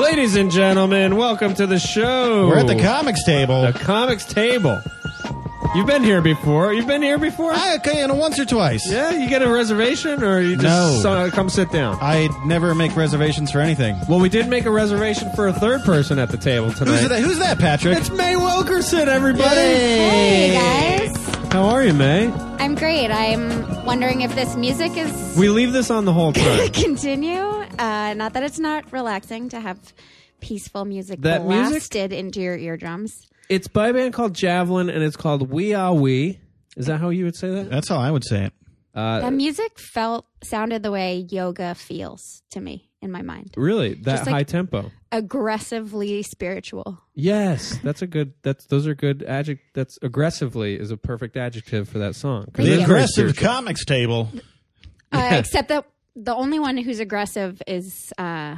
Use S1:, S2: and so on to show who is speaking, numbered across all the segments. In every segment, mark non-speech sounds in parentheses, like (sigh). S1: Ladies and gentlemen, welcome to the show.
S2: We're at the comics table.
S1: the comics table. You've been here before. You've been here before.
S2: I, okay, you know, once or twice.
S1: yeah, you get a reservation, or you just
S2: No.
S1: uh, come sit down.
S2: I never make reservations for anything.
S1: well, we did make a reservation for a third person at the table tonight.
S2: Who's that? Who's that, Patrick?
S1: It's May Wilkerson, everybody.
S2: Hey.
S3: Hey guys,
S1: How are you, May?
S3: I'm great. I'm wondering if this music is (laughs)
S1: We leave this on the whole time.
S3: going (laughs) to continue. Uh, not that it's not relaxing to have peaceful music
S1: That music-
S3: blasted into your eardrums.
S1: it's by a band called Javelin, and it's called We Are We. Is that how you would say that?
S2: That's how I would say it.
S1: Uh.
S3: The music felt sounded the way yoga feels to me in my mind.
S1: Really, that
S3: Just like-
S1: high tempo.
S3: Aggressively spiritual.
S1: (laughs) Yes, that's a good. That's those are good adject. That's aggressively is a perfect adjective for that song. 'Cause it's
S3: Thank
S2: The
S3: you.
S1: very
S2: aggressive
S1: spiritual.
S2: comics table.
S3: Uh, Except that the only one who's aggressive is uh,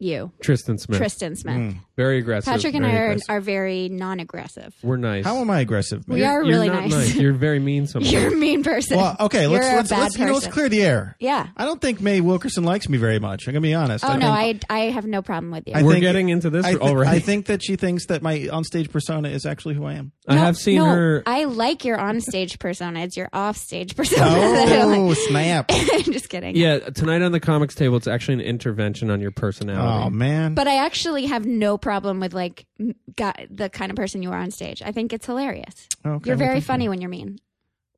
S3: you,
S1: Tristan Smith.
S3: Tristan Smith.
S1: very aggressive.
S3: Patrick and I
S1: Mm. very
S3: are,
S1: aggressive.
S3: are very non-aggressive. (laughs)
S1: We're nice.
S2: How am I aggressive?
S3: We are
S1: You're
S3: really
S1: not
S3: nice.
S1: You're very
S2: (laughs)
S1: mean sometimes.
S3: You're a mean person.
S2: Well,
S1: oh.
S2: okay. Let's
S3: You're
S2: let's
S3: a bad
S2: let's, you know, let's
S3: person.
S2: clear the air.
S3: Yeah.
S2: I don't think Mae Wilkerson likes me very much. I'm gonna be honest.
S3: Oh no,
S2: think-
S3: I I have no problem with you.
S2: I
S1: We're
S2: think-
S1: getting into this
S2: I thi-
S1: already.
S2: I think that she thinks that my onstage persona is actually who I
S3: (laughs)
S2: am.
S1: I
S3: No,
S1: have seen
S3: no,
S1: her.
S3: I like your onstage persona. It's your offstage persona. that I don't
S2: Oh
S3: like. (laughs)
S2: snap!
S3: I'm just kidding.
S1: yeah, tonight on the comics table, it's actually an intervention on your personality.
S2: Oh man.
S3: But I actually have no problem with like m- got the kind of person you are on stage. I think it's hilarious.
S2: Okay,
S3: you're
S2: well,
S3: very
S2: thank
S3: funny
S2: you.
S3: when you're mean.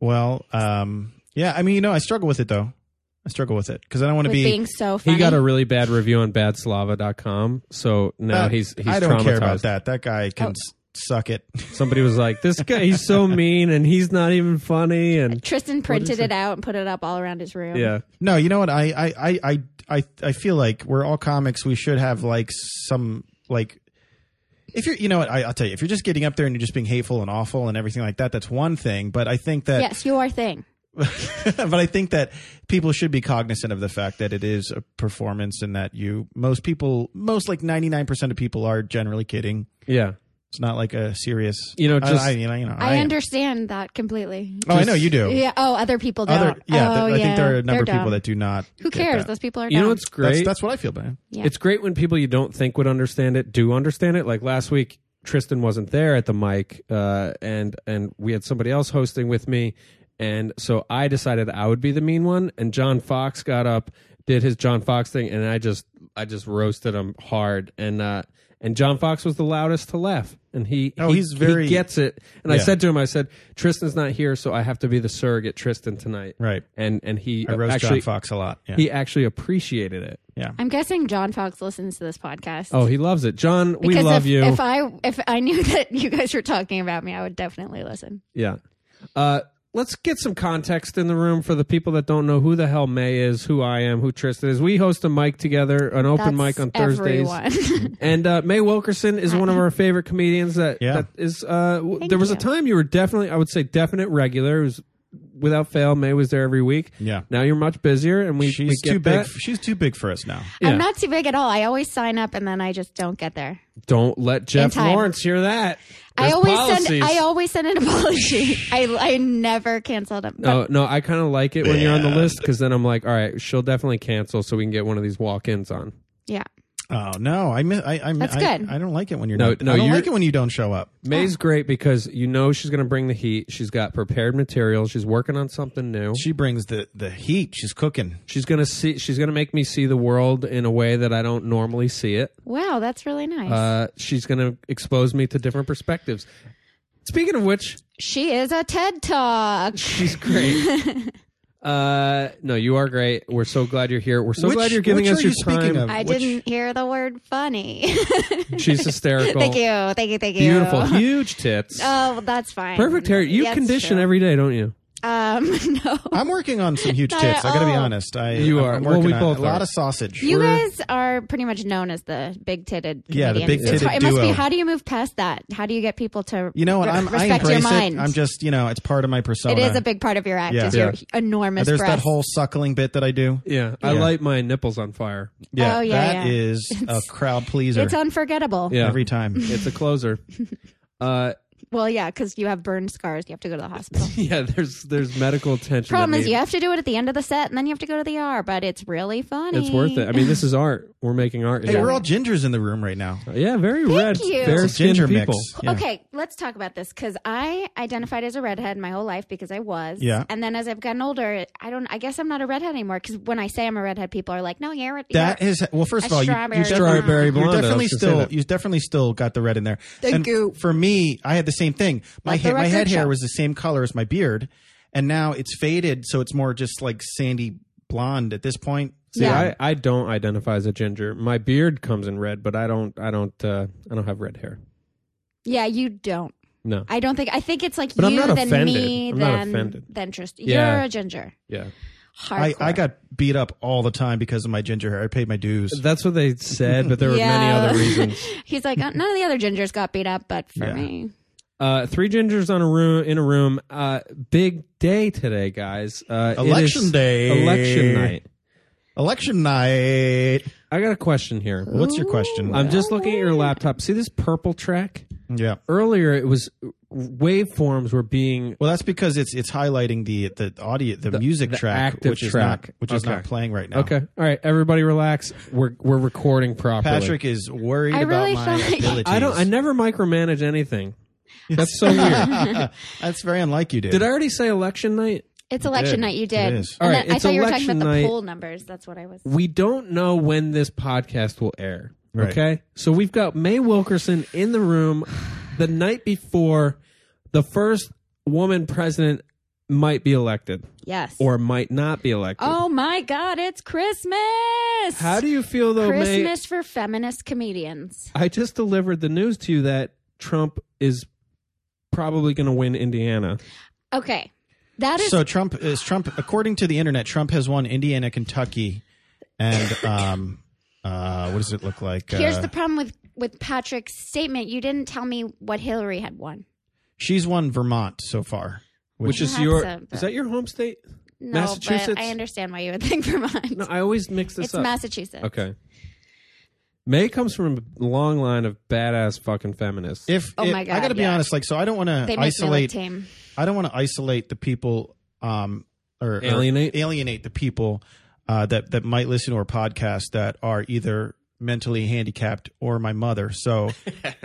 S2: Well, um, yeah. I mean, you know, I struggle with it though. I struggle with it because I don't want to
S3: With
S2: be.
S3: being so
S1: he
S3: funny.
S1: got a really bad review on badslava.com, so now
S2: Uh,
S1: he's he's
S2: I don't
S1: traumatized.
S2: care about that. That guy can
S3: Oh.
S2: s- suck it. (laughs)
S1: Somebody was like, "This guy, he's so mean, and he's not even funny." And
S2: (laughs)
S3: Tristan printed it out and put it up all around his room.
S1: yeah,
S2: No, you know what? I I I I I, I feel like we're all comics. We should have like some like. If you're, you know what, I, I'll tell you, if you're just getting up there and you're just being hateful and awful and everything like that, that's one thing. But I think that
S3: Yes, your thing.
S2: (laughs) but I think that people should be cognizant of the fact that it is a performance and that you most people most like 99% of people are generally kidding.
S1: yeah.
S2: It's not like a serious
S1: You know,
S2: I-
S1: just-
S2: I, you know, you know,
S3: I,
S2: am.
S3: understand that completely.
S2: Oh, I know you do.
S3: Yeah. Oh, other people don't.
S2: Other yeah,
S3: oh,
S2: th- I
S3: yeah.
S2: think there are a number
S3: They're
S2: of people
S3: dumb.
S2: that do not
S3: Who
S2: get
S3: cares?
S2: that.
S3: Those people are.
S1: You know
S3: dumb.
S1: what's
S2: That's
S1: great?
S2: that's what I feel man.
S3: Yeah.
S1: It's great when people you don't think would understand it do understand it. Like last week, Tristan wasn't there at the mic, uh, and and we had somebody else hosting with me, and so I decided I would be the mean one. And John Fox got up, did his John Fox thing, and I just I just roasted him hard, and uh, and John Fox was the loudest to laugh, and he
S2: Oh,
S1: he-
S2: he's
S1: he
S2: very-
S1: gets it. And I
S2: Yeah.
S1: said to him, I said Tristan's not here, so I have to be the surrogate Tristan tonight,
S2: Right.
S1: And and he
S2: I roast
S1: actually
S2: John Fox a lot. Yeah.
S1: he actually appreciated it.
S2: yeah.
S3: I'm guessing John Fox listens to this podcast.
S1: Oh, he loves it, John. we
S3: Because
S1: love
S3: if,
S1: you.
S3: If I if I knew (laughs) that you guys were talking about me, I would definitely listen.
S1: Yeah. Uh, let's get some context in the room for the people that don't know who the hell May is, who I am, who Tristan is. We host a mic together, an open
S3: That's
S1: mic on Thursdays.
S3: Everyone. (laughs)
S1: And uh, May Wilkerson is one of our favorite comedians. That,
S2: Yeah.
S1: that is, uh, w-
S3: Thank
S1: there was a
S3: you.
S1: time you were definitely, I would say, definite regular. It was without fail. May was there every week.
S2: Yeah.
S1: Now you're much busier, and we we
S2: she's
S1: get
S2: too big.
S1: that.
S2: f- She's too big for us now.
S1: Yeah.
S3: I'm not too big at all. I always sign up and then I just don't get there.
S1: Don't let Jeff
S3: time.
S1: Lawrence hear that.
S3: I
S1: There's
S3: always
S1: policies.
S3: send I always send an (laughs) apology. I I never canceled it.
S1: No, no, I kind of like it when you're on the list because then I'm like, all right, she'll definitely cancel, so we can get one of these walk-ins on.
S3: Yeah.
S2: Oh no, I miss. I, I mi-
S3: That's
S2: I,
S3: good.
S2: I don't like it when you're
S1: No,
S2: not.
S1: no,
S2: I don't
S1: you're-
S2: like it when you don't show up.
S1: May's great because you know she's going to bring the heat. She's got prepared material. She's working on something new.
S2: She brings the the heat. She's cooking.
S1: She's going to see. She's going to make me see the world in a way that I don't normally see it.
S3: Wow, that's really nice.
S1: Uh, she's going to expose me to different perspectives. Speaking of which,
S3: she is a TED Talk.
S1: she's
S3: (laughs)
S1: great. uh, no, you are great. We're so glad you're here. We're so
S2: Which-
S1: glad you're giving
S2: which
S1: us
S2: are
S1: your
S2: you speaking
S1: time.
S2: of?
S3: I
S2: Which-
S3: didn't hear the word funny. (laughs)
S1: She's hysterical.
S3: thank you. Thank you. Thank you.
S1: Beautiful,
S3: (laughs)
S1: huge tits.
S3: Oh, that's fine.
S1: Perfect hair. You
S3: Yes,
S1: condition
S3: true.
S1: every day, don't you?
S3: Um, (laughs) no.
S2: I'm working on some huge
S3: Not
S2: tits.
S3: at
S2: I got to be
S3: all.
S2: honest. I
S1: You are.
S2: I'm
S1: Well,
S2: working
S1: we
S2: on
S1: both
S2: a lot
S1: are.
S2: of sausage.
S3: You guys are pretty much known as the big titted.
S2: Yeah, the big titted
S3: It must
S2: duo.
S3: be. How do you move past that? How do you get people to?
S2: You know what?
S3: re-
S2: I'm, I
S3: respect
S2: embrace
S3: your mind.
S2: it. I'm just, you know, it's part of my persona.
S3: It is a big part of your act.
S2: Yeah.
S3: Is your enormous.
S2: Uh, There's that
S3: breasts.
S2: whole suckling bit that I do.
S1: Yeah, I
S2: Yeah.
S1: light my nipples on fire.
S3: Oh, yeah,
S2: that (laughs)
S3: yeah.
S2: is a crowd pleaser
S3: It's unforgettable.
S1: Yeah,
S3: (laughs)
S2: every time.
S1: it's a closer. uh, (laughs)
S3: Well, yeah, because you have burn scars. You have to go to
S2: (laughs)
S3: the hospital.
S1: yeah, there's there's medical attention. that
S3: Problem is,
S1: needs-
S3: you have to do it at the end of the set, and then you have to go to the R. But it's really funny.
S1: It's worth it. I mean, this is art. We're making art.
S2: Hey,
S1: here. Uh,
S2: we're all gingers in the room right now.
S1: yeah, very red,
S3: you. It's a
S1: fair
S2: It's a ginger
S1: skinned
S2: mix.
S1: people.
S2: Yeah.
S3: Okay, let's talk about this because I identified as a redhead my whole life because I was.
S2: Yeah.
S3: And then as I've gotten older, I don't. I guess I'm not a redhead anymore because when I say I'm a redhead, people are like, "No, you're a- you're
S2: That is well. First of
S3: A
S2: all, you, you
S3: strawberry
S2: definitely,
S1: Strawberry
S2: you're
S1: blonde, I was
S2: definitely
S1: gonna say
S2: still
S1: that.
S2: you definitely still got the red in there.
S3: The
S2: and
S3: goop.
S2: For me, I had the same thing. My
S3: Let the
S2: hair, my
S3: record
S2: head hair
S3: show.
S2: was the same color as my beard, and now it's faded, so it's more just like sandy blonde at this point.
S1: See,
S3: Yeah.
S1: I, I don't identify as a ginger. My beard comes in red, but I don't I don't uh, I don't have red hair.
S3: Yeah, you don't.
S1: No.
S3: I don't think. I think it's like
S1: But I'm
S3: you
S1: not
S3: than
S1: offended.
S3: me
S1: I'm not
S3: than
S1: offended.
S3: than Trist.
S1: Yeah.
S3: You're a ginger.
S1: Yeah.
S2: I,
S3: Hardcore.
S2: I got beat up all the time because of my ginger hair. I paid my dues.
S1: That's what they said, but there were many
S3: Yeah.
S1: other reasons.
S3: (laughs) He's like "Uh, none of the other gingers got beat up, but for
S2: Yeah.
S3: me,
S1: Uh, three gingers on a room in a room. Uh, big day today, guys. Uh, it
S2: Election
S1: is
S2: day.
S1: Election
S2: Eh.
S1: night.
S2: Election night.
S1: I got a question here.
S2: What's your question?
S1: I'm just looking at your laptop. See this purple track?
S2: yeah.
S1: Earlier, it was waveforms were being.
S2: Well, that's because it's it's highlighting the the audio the, music
S1: the
S2: track,
S1: active
S2: which is
S1: track.
S2: not which is
S1: Okay.
S2: not playing right now.
S1: Okay, all right, everybody, relax. We're we're recording properly.
S2: Patrick is worried
S3: I really
S2: about my
S3: felt like-
S2: abilities.
S1: I
S2: (laughs)
S1: don't. I never micromanage anything. That's so weird.
S3: (laughs)
S2: (laughs) That's very unlike you, dude.
S1: Did I already say election night?
S3: it's election
S2: did.
S3: night. You did.
S2: It is.
S3: And
S1: All
S3: then
S1: right,
S3: I
S1: it's
S3: thought you were talking
S1: election
S3: about the
S1: night.
S3: poll numbers. That's what I was.
S1: we don't know when this podcast will air.
S2: Right.
S1: Okay. So we've got Mae Wilkerson in the room the night before the first woman president might be elected
S3: Yes.
S1: or might not be elected.
S3: oh my God! It's Christmas.
S1: How do you feel though, Mae?
S3: Christmas for feminist comedians.
S1: I just delivered the news to you that Trump is probably going to win Indiana.
S3: Okay, that is
S2: So Trump is Trump. According to the internet, Trump has won Indiana, Kentucky, and
S3: (laughs)
S2: um, uh, what does it look like?
S3: Here's
S2: uh,
S3: the problem with with Patrick's statement. You didn't tell me what Hillary had won.
S2: she's won Vermont so far, which,
S1: Which
S2: is
S1: is
S3: Perhaps
S1: your
S3: so, but-
S1: is that your home state?
S3: No,
S1: Massachusetts?
S3: but I understand why you would (laughs) think Vermont.
S1: No, I always mix this
S3: it's
S1: up.
S3: Massachusetts.
S1: okay. May comes from a long line of badass fucking feminists.
S2: if
S3: Oh
S2: if-
S3: my
S2: I
S3: God,
S2: got to be
S3: yeah.
S2: honest. Like, so I don't want
S3: They
S2: to
S3: make me look
S2: isolate.
S3: tame.
S2: I don't want to isolate the people. Um, or or
S1: Alienate?
S2: alienate the people uh, that that might listen to our podcast that are either mentally handicapped or my mother. (laughs) So,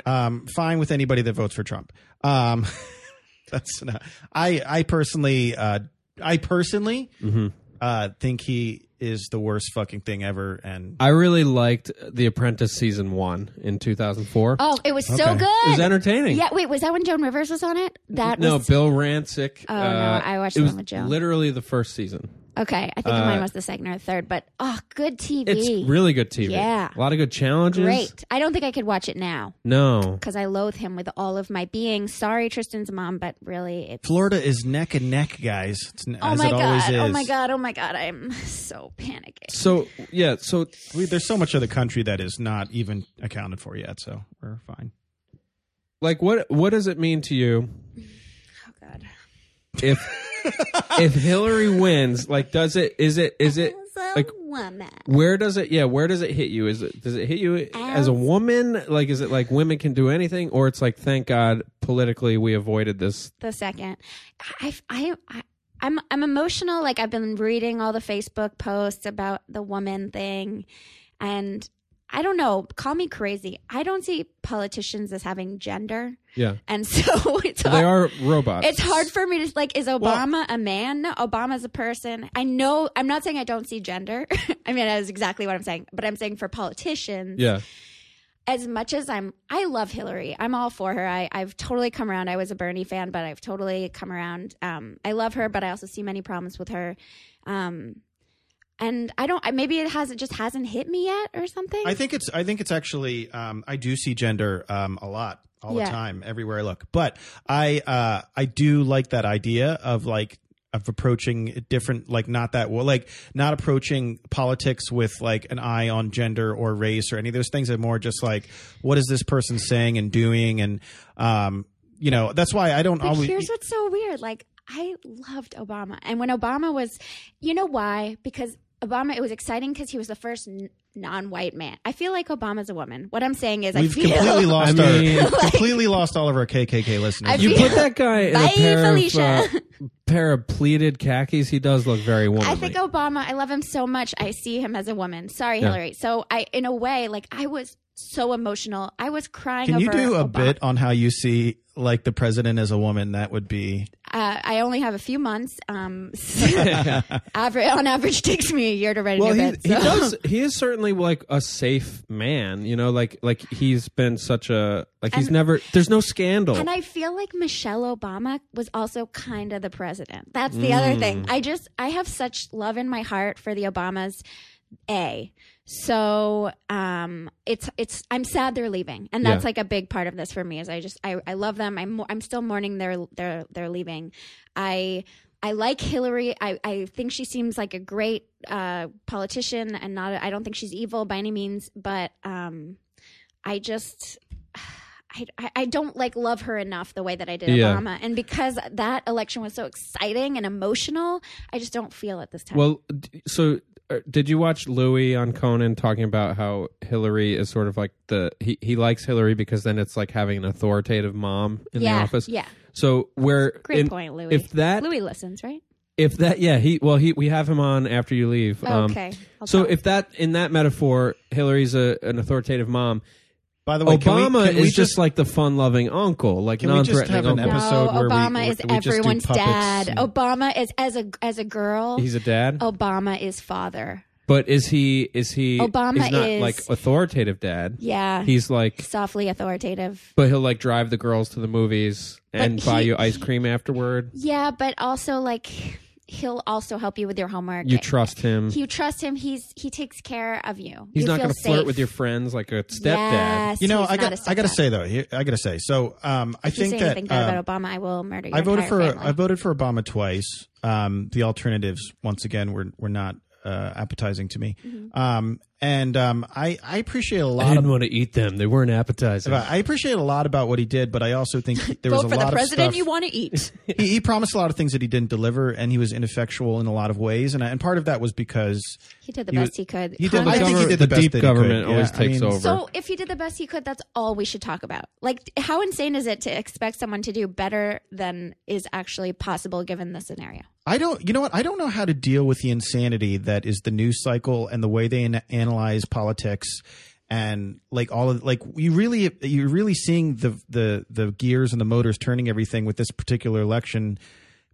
S2: um, fine with anybody that votes for Trump. Um, (laughs) that's not, I I personally uh, I personally
S1: mm-hmm.
S2: uh, think he is the worst fucking thing ever. And
S1: I really liked The Apprentice season one in 2004.
S3: Oh, it was so
S2: Okay.
S3: good.
S1: it was entertaining.
S3: yeah, wait, was that when Joan Rivers was on it? That
S1: no,
S3: was
S1: Bill Rancic.
S3: Oh, no,
S1: uh,
S3: I watched
S1: it
S3: the
S1: was
S3: one with Joan.
S1: Literally the first season.
S3: okay. I think
S1: uh,
S3: mine was the second or third, but oh, good TV.
S1: It's really good TV.
S3: Yeah.
S1: a lot of good challenges.
S3: Great. I don't think I could watch it now
S1: No,
S3: because I loathe him with all of my being. Sorry, Tristan's mom, but really, it's.
S2: Florida is neck and neck, guys. It's, n
S3: Oh
S2: as
S3: my
S2: it always
S3: god!
S2: is.
S3: Oh my god! Oh my god! I'm (laughs) so panicking.
S1: so yeah, so
S2: We, there's so much of the country that is not even accounted for yet, so we're fine.
S1: like, what what does it mean to you
S3: Oh god! (laughs)
S1: if if Hillary wins? Like, does it is it is it
S3: As a
S1: like-
S3: woman.
S1: where does it yeah where does it hit you? Is it does it hit you as a woman? Like, is it like women can do anything, or it's like thank God politically we avoided this?
S3: the second. I, I, I, I'm, I'm emotional. Like I've been reading all the Facebook posts about the woman thing, and I don't know. Call me crazy. I don't see politicians as having gender,
S1: Yeah,
S3: and (laughs) so it's
S1: they
S3: hard.
S1: are robots.
S3: Uh, It's hard for me to like. Is Obama a man? No, Obama's a person. I know. I'm not saying I don't see gender. (laughs) I mean, that's exactly what I'm saying. But I'm saying for politicians,
S1: Yeah.
S3: (laughs) as much as I'm, I love Hillary. I'm all for her. I, I've totally come around. I was a Bernie fan, but I've totally come around. Um, I love her, but I also see many problems with her. Um, and I don't. I- Maybe it hasn't just hasn't hit me yet, or something.
S2: I think it's I think it's actually um, I do see gender um, a lot all
S3: Yeah.
S2: the time everywhere I look. But I uh, I do like that idea of like of approaching it different like not that well like not approaching politics with like an eye on gender or race or any of those things and more just like what is this person saying and doing and um you know that's why I don't
S3: But
S2: always
S3: here's what's so weird. Like I loved Obama, and when Obama was, you know why? Because Obama, it was exciting because he was the first n- non-white man. I feel like Obama's a woman. What I'm saying is,
S2: We've
S3: I feel (laughs)
S2: completely lost
S1: I
S2: our
S1: mean-
S2: completely lost all of our KKK listeners.
S3: I
S1: You
S3: feel-
S1: put that guy in a
S3: Bye,
S1: pair
S3: Felicia.
S1: of uh, pair of pleated khakis. He does look very womanly.
S3: I (laughs) think
S1: (laughs)
S3: Obama, I love him so much. I see him as a woman. Sorry,
S1: Yeah.
S3: Hillary. So I, in a way, like I was so emotional. I was crying.
S2: Can you
S3: over
S2: do a
S3: Obama.
S2: bit on how you see like the president as a woman? That would be
S3: Uh, I only have a few months. Um, (laughs) average, on average, takes me a year to write a
S1: well,
S3: new
S1: he,
S3: bit.
S1: he
S3: so. (laughs)
S1: does. He is certainly like a safe man. You know, like like he's been such a like he's
S3: And-
S1: never. There's no scandal.
S3: And I feel like Michelle Obama was also kind of the president. That's the other thing. I just I have such love in my heart for the Obamas. A. So um it's it's I'm sad they're leaving. And that's
S1: Yeah.
S3: like a big part of this for me is I just I, I love them. I'm mo- I'm still mourning their their their leaving. I I like Hillary. I, I think she seems like a great uh, politician and not I don't think she's evil by any means, but um I just (sighs) I, I- I don't like love her enough the way that I did
S1: Yeah.
S3: Obama, and because that election was so exciting and emotional, I just don't feel it this time.
S1: well, d- so uh, did you watch Louis on Conan talking about how Hillary is sort of like the he he likes Hillary because then it's like having an authoritative mom in
S3: yeah,
S1: the office.
S3: yeah,
S1: So where
S3: great
S1: in-
S3: point, Louis.
S1: if that
S3: Louis listens, right?
S1: if that yeah he well he we have him on after you leave. Um,
S3: okay. I'll
S1: So
S3: tell him.
S1: if that in that metaphor, Hillary's a, an authoritative mom.
S2: by the way. can we-
S1: Obama
S2: can we
S1: is just like the fun-loving uncle, like
S2: Can we just
S1: non-threatening
S2: have an
S1: uncle.
S2: epi- episode
S3: no,
S2: where we-
S3: Obama
S2: we-
S3: is
S2: we just do
S3: everyone's
S2: puppets
S3: dad.
S2: and-
S3: Obama is as a as a girl.
S1: He's a dad,
S3: Oh. Obama is father.
S1: but is he? Is he?
S3: Obama
S1: he's not
S3: is-
S1: like authoritative dad.
S3: Yeah,
S1: He's like,
S3: softly authoritative.
S1: but he'll like drive the girls to the movies and
S3: But
S1: buy
S3: he-
S1: you ice cream afterward.
S3: Yeah, but also like he'll also help you with your homework.
S1: You trust him.
S3: you trust him. He's he takes care of you.
S1: he's
S3: You
S1: not
S3: feel
S1: going to flirt
S3: safe.
S1: with your friends like a stepdad.
S3: Yes,
S2: you know,
S3: he's
S2: I
S3: not
S2: got
S3: a
S2: I got to
S3: stepdad.
S2: say though, here- I got to say. So um, I
S3: If you
S2: think
S3: say
S2: that
S3: anything bad
S2: um,
S3: about Obama, I will murder your
S2: I voted for
S3: entire family.
S2: I voted for Obama twice. Um, the alternatives once again were were not uh, appetizing to me.
S3: Mm-hmm.
S2: Um, and um, I I appreciate a
S1: I
S2: lot
S1: didn't
S2: of.
S1: want to eat them. They weren't appetizing.
S2: I appreciate a lot about what he did, but I also think he-
S3: (laughs)
S2: there was a
S3: Vote for
S2: lot
S3: the
S2: of
S3: president
S2: stuff.
S3: you want
S2: (laughs)
S3: to eat.
S2: he, he promised a lot of things that he didn't deliver, and he was ineffectual in a lot of ways. And I, and part of that was because
S3: He did the
S2: He
S3: best
S2: was-
S3: he could.
S2: he did-
S1: The
S2: I
S3: Congress-
S2: think he
S1: gover-
S2: did the best
S1: deep
S2: that he could.
S1: government
S2: Yeah,
S1: always
S2: I
S1: takes
S2: mean-
S1: over.
S3: so if he did the best he could, that's all we should talk about. Like, how insane is it to expect someone to do better than is actually possible given the scenario?
S2: I don't, you know what? I don't know how to deal with the insanity that is the news cycle and the way they an- analyze politics and like all of like you really you're really seeing the the the gears and the motors turning everything with this particular election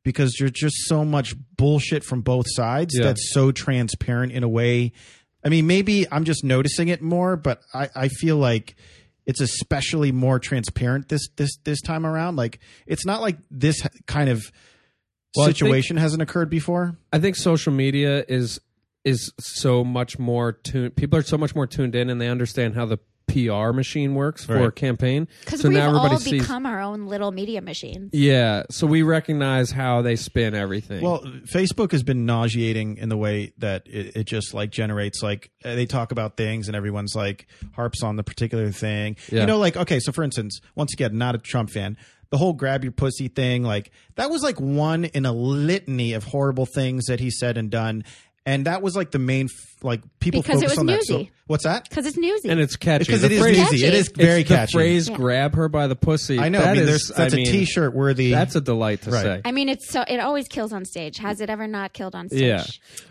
S2: because there's just so much bullshit from both sides
S1: Yeah.
S2: that's so transparent in a way. I mean, maybe I'm just noticing it more, but I, I feel like it's especially more transparent this this this time around. Like it's not like this kind of
S1: Well, I think-
S2: situation hasn't occurred before.
S1: I think social media is is so much more tuned. People are so much more tuned in, and they understand how the PR machine works for a
S2: Right.
S1: campaign.
S3: Because
S1: So
S3: we've
S1: now everybody
S3: all
S1: sees.
S3: become our own little media machines.
S1: yeah, so we recognize how they spin everything.
S2: Well, Facebook has been nauseating in the way that it, it just like generates like uh, they talk about things and everyone's like harps on the particular thing.
S1: Yeah.
S2: You know, like okay, so for instance, once again, not a Trump fan. The whole grab your pussy thing, like that was like one in a litany of horrible things that he said and done, and that was like the main f- like people
S3: Because it
S2: focus
S3: was
S2: on that.
S3: newsy.
S2: So, what's that?
S3: Because it's newsy.
S1: and it's catchy
S2: Because
S1: The
S2: it is
S1: phrase-
S2: newsy. It is
S3: It's
S1: it's
S2: very
S1: the
S2: catchy.
S1: phrase
S3: Yeah.
S1: "grab her by the pussy."
S2: I know.
S1: That
S2: I mean,
S1: is-
S2: there's,
S1: I
S2: that's a
S1: mean,
S2: t-shirt worthy.
S1: That's a delight to
S2: Right.
S1: say.
S3: I mean, it's so it always kills on stage. Has it ever not killed on stage?
S1: yeah.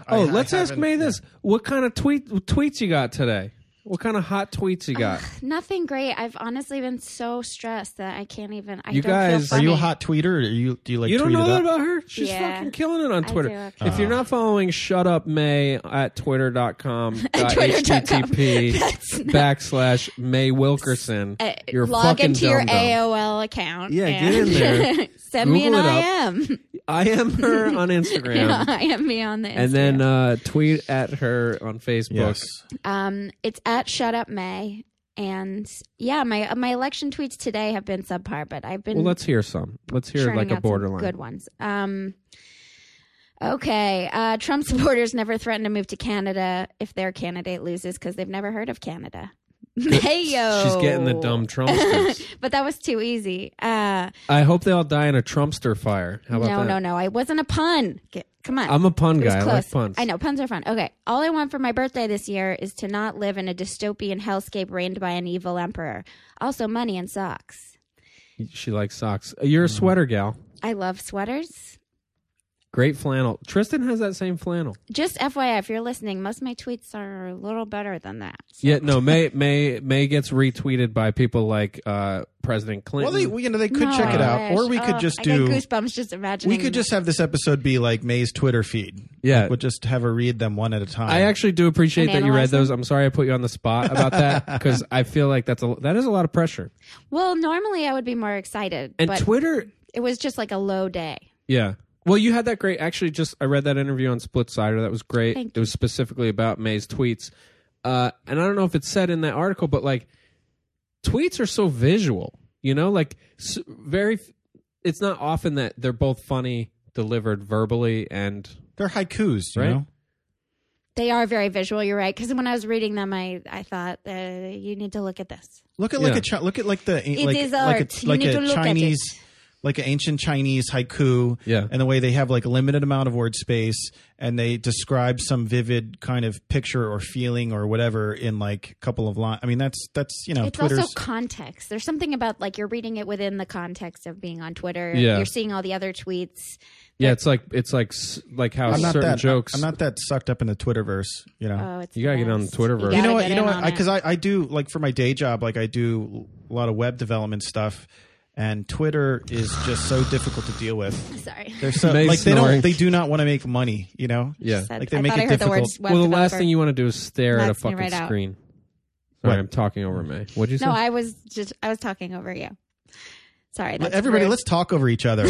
S1: Oh,
S2: I
S1: let's ask
S2: haven't-
S1: May this: What kind of tweet tweets you got today? What kind of hot tweets you
S2: (sighs)
S1: got?
S3: Nothing great. I've honestly been so stressed that I can't even. I
S1: You
S3: don't
S1: guys-
S3: feel
S2: Are you a
S3: funny.
S2: hot tweeter? Or you do you like
S1: you don't
S2: tweet Uh-huh.
S1: know
S2: it
S1: that
S2: up?
S1: about her? She's
S3: Yeah.
S1: fucking killing it on
S3: I
S1: Twitter.
S3: do, okay.
S1: If you're not following Shut Up May at twitter.com
S3: (laughs)
S1: http
S3: That's not-
S1: backslash May Wilkerson,
S3: uh,
S1: you're
S3: log
S1: fucking
S3: into your
S1: dumb-dumb.
S3: AOL account.
S1: Yeah, get
S3: and
S1: in there.
S3: (laughs) send me an
S1: Google it up.
S3: IM.
S1: I am her
S3: (laughs)
S1: on Instagram.
S3: IM me on the
S1: And then uh, tweet at her on Facebook.
S2: Yes.
S3: um, it's at Shut Up May. And yeah, my my election tweets today have been subpar, but I've been
S1: Well, let's hear some. Let's hear
S3: churning
S1: like a
S3: out some
S1: borderline.
S3: good ones. Um, okay, uh, Trump (laughs) supporters never threaten to move to Canada (laughs) if their candidate loses because they've never heard of Canada. Mayo.
S1: She's getting the dumb Trumpsters.
S3: (laughs) but that was too easy. Uh,
S1: I hope they all die in a Trumpster fire. How about
S3: no,
S1: that?
S3: no, no. I wasn't a pun. Get, come on.
S1: I'm a pun
S3: It was
S1: guy. I like
S3: close.
S1: puns.
S3: I know puns are fun. Okay. All I want for my birthday this year is to not live in a dystopian hellscape reigned by an evil emperor. Also, money and socks.
S1: She likes socks. Uh, You're a sweater gal.
S3: I love sweaters.
S1: Great flannel. Tristan has that same flannel.
S3: Just FYI, if you're listening, most of my tweets are a little better than that. So-
S1: Yeah,
S3: (laughs)
S1: no. May May May gets retweeted by people like uh, President
S2: Well,
S1: Clinton.
S2: they, you know, they could
S3: No,
S2: check it
S3: I
S2: out,
S3: wish.
S2: or we could
S3: Oh,
S2: just
S3: I
S2: do.
S3: Get goosebumps just imagining.
S2: We could just have this episode be like May's Twitter feed.
S1: yeah,
S2: We'll just have her read them one at a time.
S1: I actually do appreciate
S3: And
S1: that you read
S3: analyze them.
S1: those. I'm sorry I put you on the spot about that
S3: (laughs)
S1: because I feel like that's a that is a lot of pressure.
S3: Well, normally I would be more excited,
S1: And
S3: but
S1: Twitter,
S3: it was just like a low day.
S1: yeah. Well, you had that great. Actually, just I read that interview on Split Sider. That was great.
S3: Thank
S1: it was specifically about May's tweets, uh, and I don't know if it's said in that article, but like tweets are so visual. You know, like s- very. f- It's not often that they're both funny delivered verbally and
S2: they're haikus, you
S1: Right?
S2: know.
S3: They are very visual. You're right. Because when I was reading them, I, I thought uh, you need to look at this.
S2: Look at like
S1: Yeah.
S2: a chi- look at like the
S3: It
S2: like,
S3: is art.
S2: like a,
S3: You
S2: like
S3: need to
S2: a
S3: look at
S2: Chinese like an ancient Chinese haiku.
S1: Yeah.
S2: and the way they have like a limited amount of word space and they describe some vivid kind of picture or feeling or whatever in like a couple of lines. I mean, that's that's you know
S3: it's
S2: Twitter's
S3: also context. There's something about like you're reading it within the context of being on Twitter.
S1: Yeah.
S3: You're seeing all the other tweets.
S1: yeah. It's like it's like s- like how
S2: I'm not
S1: certain
S2: that
S1: jokes.
S2: I'm not that sucked up in the Twitterverse, Uh, you know.
S3: Oh, it's
S1: You
S3: the
S1: gotta get on
S3: best.
S1: the Twitterverse.
S3: gotta
S2: you know
S3: get
S2: what? You know
S3: in
S2: what?
S3: on
S2: I
S3: it.
S2: Because I, I do like for my day job, like I do a lot of web development stuff, and Twitter is just so difficult to deal with.
S3: Sorry.
S2: They're so
S1: May
S2: like they
S1: snoring.
S2: don't they do not want to make money, you know.
S1: yeah.
S3: Said-
S2: Like, they
S3: (laughs) I
S2: make
S3: thought
S2: it
S3: I heard the
S2: difficult.
S3: words web
S1: well, the last
S3: developer.
S1: thing you want to do is stare at a
S3: Knocks me
S1: fucking
S3: right out.
S1: screen. Sorry,
S2: What?
S1: I'm talking over May. What'd you say?
S3: No, I was just I was talking over you. Sorry. That's
S2: Everybody,
S3: rude.
S2: let's talk over each
S3: (laughs)
S2: other.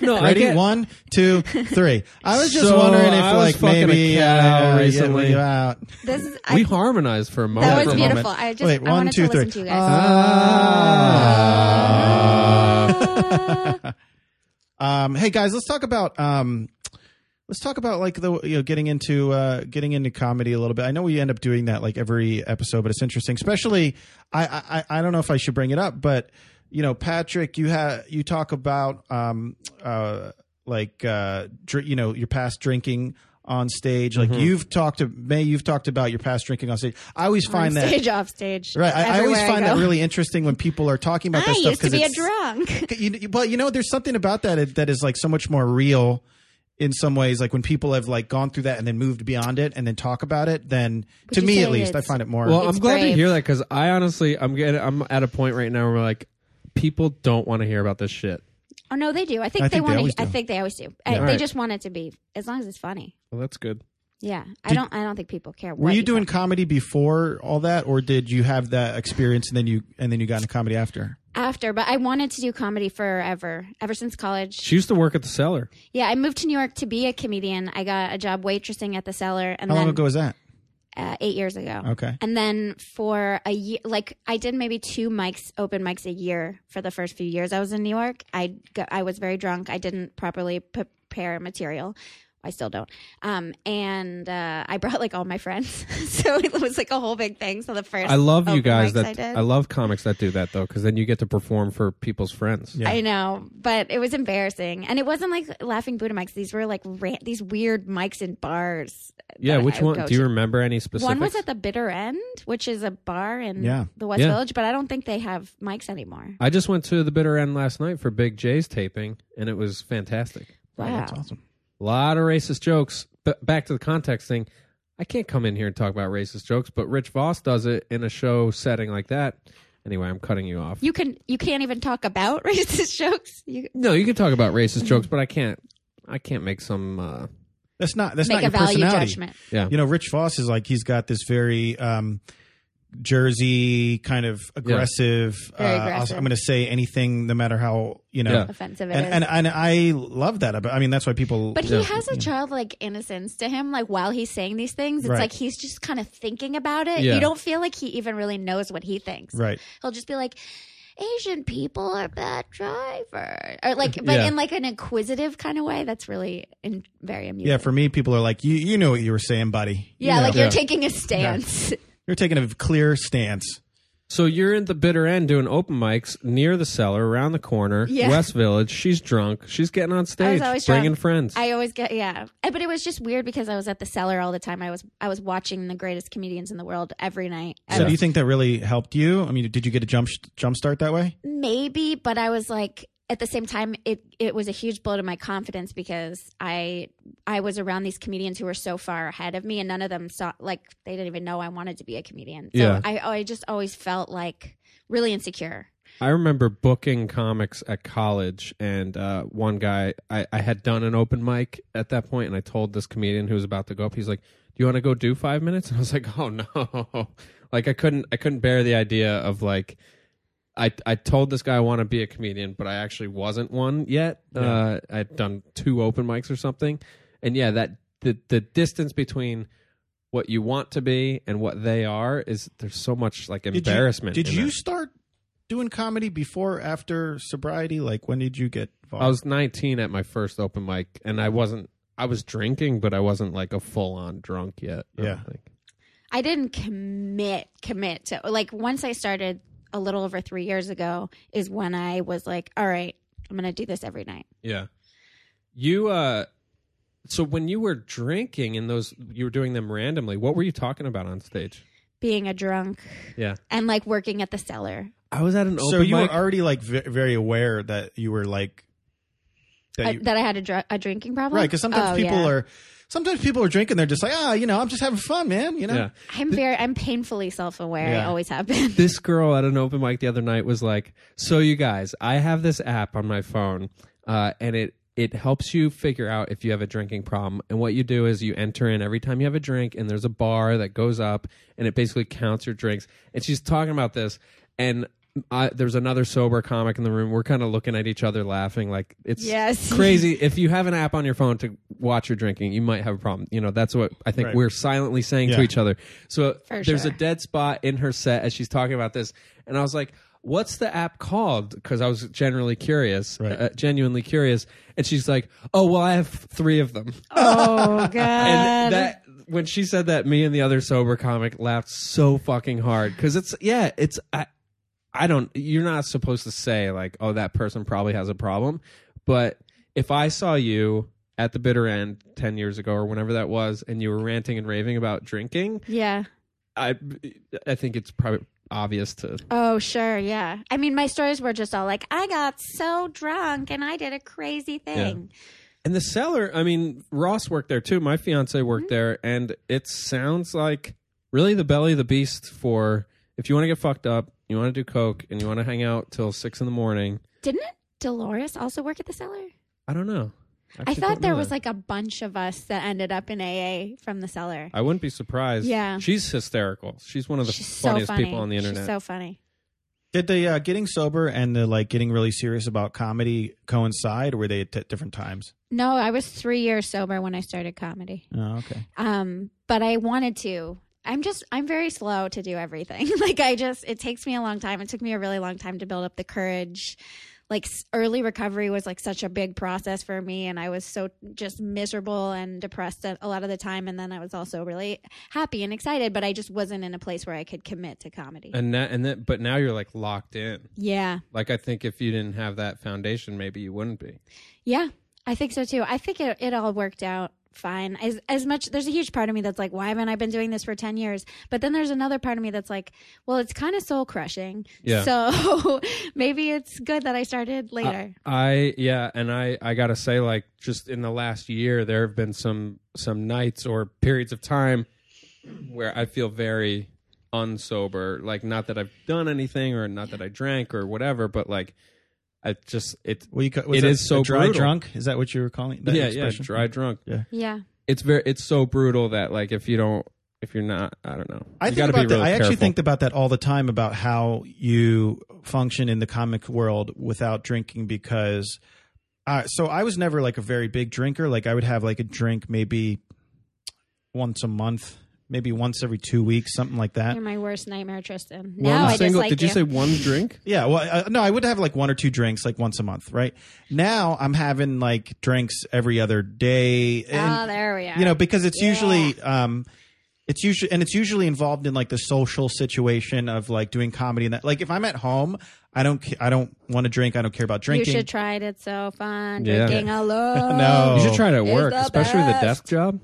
S1: no, I
S2: Ready?
S1: get-
S2: One, two, three. I was just
S1: So,
S2: wondering if,
S1: I was
S2: like,
S1: fucking a
S2: maybe
S1: cow
S2: uh, yeah,
S1: recently.
S2: when you're out.
S3: This is,
S1: we
S3: I,
S1: harmonized for a moment.
S3: that
S2: for
S3: was
S2: a
S3: beautiful.
S2: moment.
S3: I just
S2: Wait,
S3: I
S2: one,
S3: wanted
S2: two,
S3: to
S2: three.
S3: listen to you guys.
S1: Ah.
S2: Ah. um, hey guys, let's talk about um, let's talk about like the you know getting into uh, getting into comedy a little bit. I know we end up doing that like every episode, but it's interesting. Especially, I I, I I don't know if I should bring it up, but you know, Patrick, you have you talk about um uh like uh dr- you know your past drinking on stage like you've talked to may you've talked about your past drinking on stage i always
S3: on
S2: find that
S3: stage off stage.
S2: (laughs) Right. I, I always
S3: everywhere
S2: find
S3: go.
S2: that really interesting when people are talking about
S3: I
S2: that stuff
S3: used to be a
S2: it's.
S3: drunk.
S2: You, you- but you know, there's something about that that is like so much more real in some ways. Like when people have like gone through that and then moved beyond it and then talk about it, then
S3: Would
S2: to
S3: you
S2: me
S3: say
S2: at least, I
S3: it's-
S2: find it more.
S1: well, I'm
S3: It's
S1: glad to
S3: brave.
S1: hear that because I honestly, I'm getting, I'm at a point right now where like people don't want to hear about this shit.
S3: Oh no, they do. I think
S2: I think
S3: they
S2: they
S3: want
S2: always
S3: to. I
S2: do.
S3: think they always do. I,
S1: Yeah.
S3: they
S1: Alright.
S3: just want it to be as long as it's funny.
S1: Well, that's good.
S3: Yeah, I
S2: Did-
S3: don't. I don't think people care.
S2: were
S3: what
S2: you doing
S3: talk-
S2: comedy before all that, or did you have that experience and then you and then you got into comedy after?
S3: after? But I wanted to do comedy forever, ever since college.
S1: She used to work at the cellar.
S3: yeah, I moved to New York to be a comedian. I got a job waitressing at the Cellar, and
S2: How
S3: then
S2: long ago was that?
S3: Uh, eight years ago.
S2: Okay.
S3: And then for a year, like I did maybe two mics, open mics a year for the first few years I was in New York. I got, I was very drunk. I didn't properly prepare material. I still don't. Um, and uh, I brought like all my friends, (laughs) so it was like a whole big thing. So the first,
S1: I love you
S3: open
S1: guys.
S3: mics
S1: That
S3: Oh, I, did.
S1: I, love comics that do that though, because then you get to perform for people's friends.
S2: Yeah.
S3: I know, but it was embarrassing, and it wasn't like laughing Buddha mics. These were like ra- these weird mics in bars.
S1: Yeah,
S3: that I
S1: which
S3: would
S1: one?
S3: go
S1: Do you
S3: to.
S1: remember any specifics?
S3: One was at the Bitter End, which is a bar in
S2: Yeah.
S3: the West
S1: Yeah.
S3: Village, but I don't think they have mics anymore.
S1: I just went to the bitter end last night for Big J's taping, and it was fantastic.
S3: Wow.
S2: That's awesome.
S1: A lot of racist jokes. But back to the context thing. I can't come in here and talk about racist jokes, but Rich Voss does it in a show setting like that. Anyway, I'm cutting you off.
S3: You can you can't even talk about (laughs) racist jokes. You
S1: no, you can talk about racist jokes,
S3: Mm-hmm.
S1: but I can't. I can't make some. Uh,
S2: That's not that's
S3: make
S2: not
S3: a
S2: your
S3: value
S2: personality.
S3: judgment.
S1: yeah,
S2: you know, Rich Voss is like he's got this very um, Jersey kind of aggressive.
S3: Very
S2: uh,
S3: aggressive.
S2: I'm going to say anything, no matter how you know.
S1: Yeah.
S3: Offensive it
S2: And,
S3: is.
S2: and and I love that. about- I mean, that's why people.
S3: but he
S1: Yeah.
S3: has a childlike innocence to him. Like while he's saying these things, it's
S2: Right.
S3: like he's just kind of thinking about it.
S1: Yeah.
S3: You don't feel like he even really knows what he thinks.
S2: right.
S3: He'll just be like, "Asian people are bad drivers," or like, but
S1: Yeah.
S3: in like an inquisitive kind of way. That's really in, very amusing.
S2: Yeah. For me, people are like, you you know what you were saying, buddy. You
S3: yeah,
S2: know.
S3: like you're
S1: Yeah.
S3: taking a stance.
S2: You're taking a clear stance.
S1: So you're in the bitter end doing open mics near the cellar, around the corner,
S3: Yeah.
S1: West Village. She's drunk. She's getting on stage,
S3: always
S1: bringing
S3: drunk.
S1: friends.
S3: I always get yeah, Uh, but it was just weird because I was at the cellar all the time. I was I was watching the greatest comedians in the world every night. I
S2: So
S3: was-
S2: do you think that really helped you? I mean, did you get a jump jump start that way?
S3: Um, maybe, but I was like at the same time it it was a huge blow to my confidence because I I was around these comedians who were so far ahead of me and none of them saw like they didn't even know I wanted to be a comedian. So
S1: Yeah.
S3: I I just always felt like really insecure.
S1: I remember booking comics at college, and uh, one guy, I, I had done an open mic at that point, and I told this comedian who was about to go up, he's like, "Do you want to go do five minutes?" (laughs) And I was like, "Oh no!" (laughs) Like I couldn't, I couldn't bear the idea of like, I I told this guy I want to be a comedian, but I actually wasn't one yet. Uh, I'd done two open mics or something, and yeah, that the the distance between what you want to be and what they are is there's so much like
S2: Did you-
S1: embarrassment.
S2: Did
S1: in
S2: you
S1: that.
S2: start doing comedy before, after sobriety? Like, when did you get involved?
S1: I was 19 at my first open mic, and I wasn't. I was drinking, but I wasn't like a full on drunk yet. I don't
S2: Yeah.
S1: think.
S3: I didn't commit commit to like once I started a little over 3 years ago is when I was like all right, I'm going to do this every night.
S1: Yeah. You uh, so when you were drinking and those you were doing them randomly, what were you talking about on stage?
S3: Being a drunk
S1: Yeah.
S3: and like working at the cellar.
S1: I was at an
S2: so you were already like ve- very aware that you were like
S3: Uh,
S2: that you,
S3: that I had a, dr- a drinking problem.
S2: right because sometimes
S3: Oh,
S2: people
S3: yeah.
S2: are sometimes people are drinking they're just like ah you know I'm just having fun man you know
S1: yeah.
S3: I'm very. I'm painfully self-aware. I
S2: Yeah.
S3: always
S1: (laughs)
S3: have been.
S1: this girl at an open mic the other night was like, "So you guys, I have this app on my phone, uh, and it it helps you figure out if you have a drinking problem. And what you do is you enter in every time you have a drink, and there's a bar that goes up, and it basically counts your drinks. And she's talking about this, and I, there's another sober comic in the room. We're kind of looking at each other, laughing like it's
S3: Yes. (laughs)
S1: crazy. If you have an app on your phone to watch your drinking, you might have a problem. You know, that's what I think
S2: Right.
S1: we're silently saying to
S2: Yeah.
S1: each other. So
S3: For
S1: there's
S3: sure.
S1: a dead spot in her set as she's talking about this and i was like what's the app called because i was generally curious
S2: Right.
S1: uh, genuinely curious and she's like oh well i have three of them
S3: Oh God.
S1: and that when she said that me and the other sober comic laughed so fucking hard because it's yeah it's i i don't you're not supposed to say like oh that person probably has a problem but if i saw you at the bitter end 10 years ago or whenever that was and you were ranting and raving about drinking
S3: yeah.
S1: I I think it's probably obvious to
S3: Oh sure. Yeah. I mean, my stories were just all like, I got so drunk and I did a crazy thing.
S1: and the seller. I mean, Ross worked there too. My fiance worked there, and it sounds like really the belly of the beast for if you want to get fucked up, you want to do coke, and you want to hang out till six in the morning.
S3: Didn't Dolores also work at the cellar?
S1: I don't know.
S3: I
S1: actually
S3: thought
S1: don't know
S3: there was
S1: that.
S3: like a bunch of us that ended up in AA from the cellar.
S1: I wouldn't be surprised.
S3: Yeah.
S1: she's hysterical. She's one of the
S3: She's so
S1: funniest
S3: funny.
S1: people on the internet.
S3: She's so funny.
S2: did the uh, getting sober and the like getting really serious about comedy coincide or were they at t- different times
S3: No, I was three years sober when I started comedy.
S2: oh okay
S3: um but i wanted to i'm just i'm very slow to do everything (laughs) like i just it takes me a long time it took me a really long time to build up the courage like s- early recovery was like such a big process for me and i was so just miserable and depressed a a lot of the time and then i was also really happy and excited but i just wasn't in a place where i could commit to comedy
S1: and that, and that, but now you're like locked in.
S3: yeah
S1: Like I think if you didn't have that foundation, maybe you wouldn't be.
S3: Yeah, I think so too. I think it, it all worked out fine. As as much there's a huge part of me that's like, why haven't I been doing this for ten years? But then there's another part of me that's like, well, it's kind of soul crushing.
S1: Yeah.
S3: So (laughs) maybe it's good that I started
S1: Uh,
S3: later.
S1: I yeah, and I I gotta say, like, just in the last year, there have been some some nights or periods of time where I feel very unsober. Like, not that I've done anything or not that I drank or whatever, but like, I just it
S2: well you ca- was
S1: It
S2: that
S1: is so
S2: a dry
S1: brutal.
S2: drunk is that what you were calling that
S1: yeah
S2: expression?
S1: yeah dry drunk.
S3: yeah.
S1: It's very it's so brutal that like if you don't if you're not I don't know
S2: I
S1: you
S2: think
S1: gotta
S2: about
S1: be
S2: that.
S1: really
S2: I actually
S1: careful.
S2: think about that all the time about how you function in the comic world without drinking because. Uh, so I was never like a very big drinker. Like I would have like a drink maybe once a month, maybe once every two weeks, something like that.
S3: You're my worst nightmare, Tristan.
S1: One
S3: Now I
S1: single-
S3: dislike
S1: did you say one drink?
S2: Yeah, well, uh, no, I would have like one or two drinks like once a month, right? Now I'm having like drinks every other day. and-
S3: oh, there we are.
S2: you know because it's usually um It's usually and it's usually involved in like the social situation of like doing comedy and that. Like if I'm at home, I don't ca- I don't want to drink. I don't care about
S3: You
S2: drinking.
S3: should try it. It's so fun.
S1: Yeah. (laughs)
S3: Drinking alone.
S2: No.
S1: You should try it at
S3: It's
S1: work,
S3: the
S1: especially with a
S3: best.
S1: desk job.